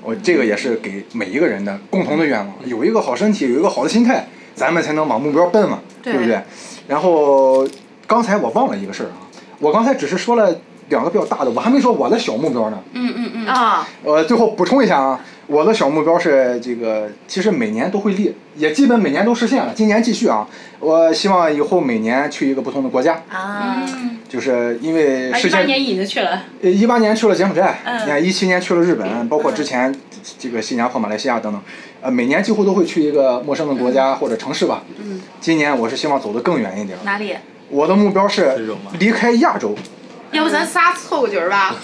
我这个也是给每一个人的共同的愿望，有一个好身体，有一个好的心态，咱们才能往目标奔嘛，对对不对？然后刚才我忘了一个事儿啊，我刚才只是说了两个比较大的，我还没说我的小目标呢。嗯嗯嗯，啊，我最后补充一下啊，我的小目标是这个，其实每年都会立，也基本每年都实现了，今年继续啊。我希望以后每年去一个不同的国家，啊，就是因为啊，世一界八年已经去了，呃，一八年去了柬埔寨，嗯你看一七年去了日本，包括之前这个新加坡、马来西亚等等，呃，每年几乎都会去一个陌生的国家或者城市吧。嗯，今年我是希望走得更远一点儿，哪里？我的目标非是洲吗离开亚洲。要不咱仨凑个局儿 吧？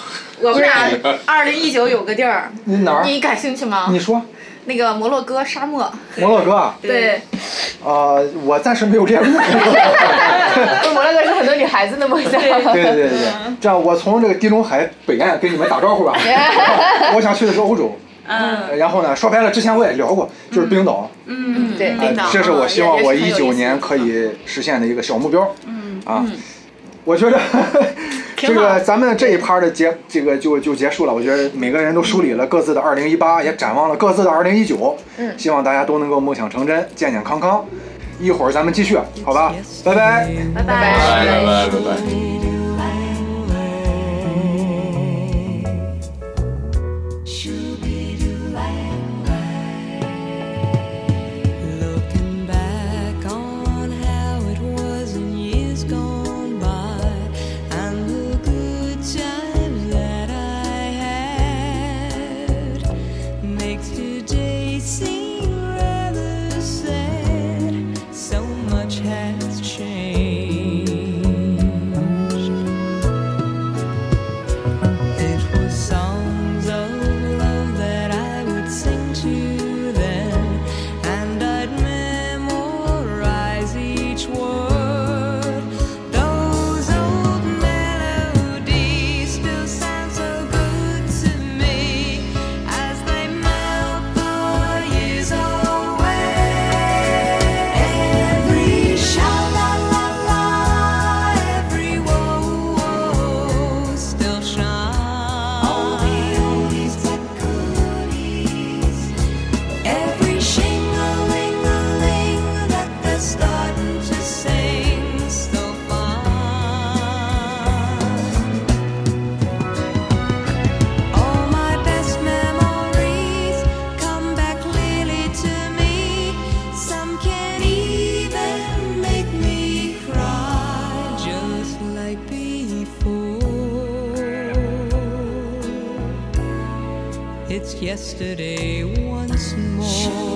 我们俩 二零一九有个地儿，你哪儿？你感兴趣吗你？说那个摩洛哥沙漠，摩洛哥啊？对，啊，我暂时没有列入。摩洛哥是很多女孩子的梦想。对对对对对，这样我从这个地中海北岸跟你们打招呼吧。 我想去的是欧洲，呃嗯，然后呢，说白了，之前我也聊过，就是冰岛。嗯，对冰岛这啊是我希望我一九年以。可以实现的一个小目标。嗯啊，我 觉得这个咱们这一趴的结这个就就结束了。我觉得每个人都梳理了各自的二零一八，也展望了各自的二零一九。嗯，希望大家都能够梦想成真，健健康康。一会儿咱们继续，好吧？拜拜。拜拜。拜拜拜拜拜。 Looking back on how it was in years gone by and the good times that I had makes today seem rather sad. So much has changed. It was songs of love that I would sing to them, and I'd memorize each word. Those old melodies still sound so good to me as they melt the years away. Every shout, la la la, every woe, woe, still shines. All the oldies but goodies. Every shing-a-ling-a-ling that they're starting to sing still fine. All my best memories come back clearly to me. Some can even make me cry, just like before. It's yesterday once more.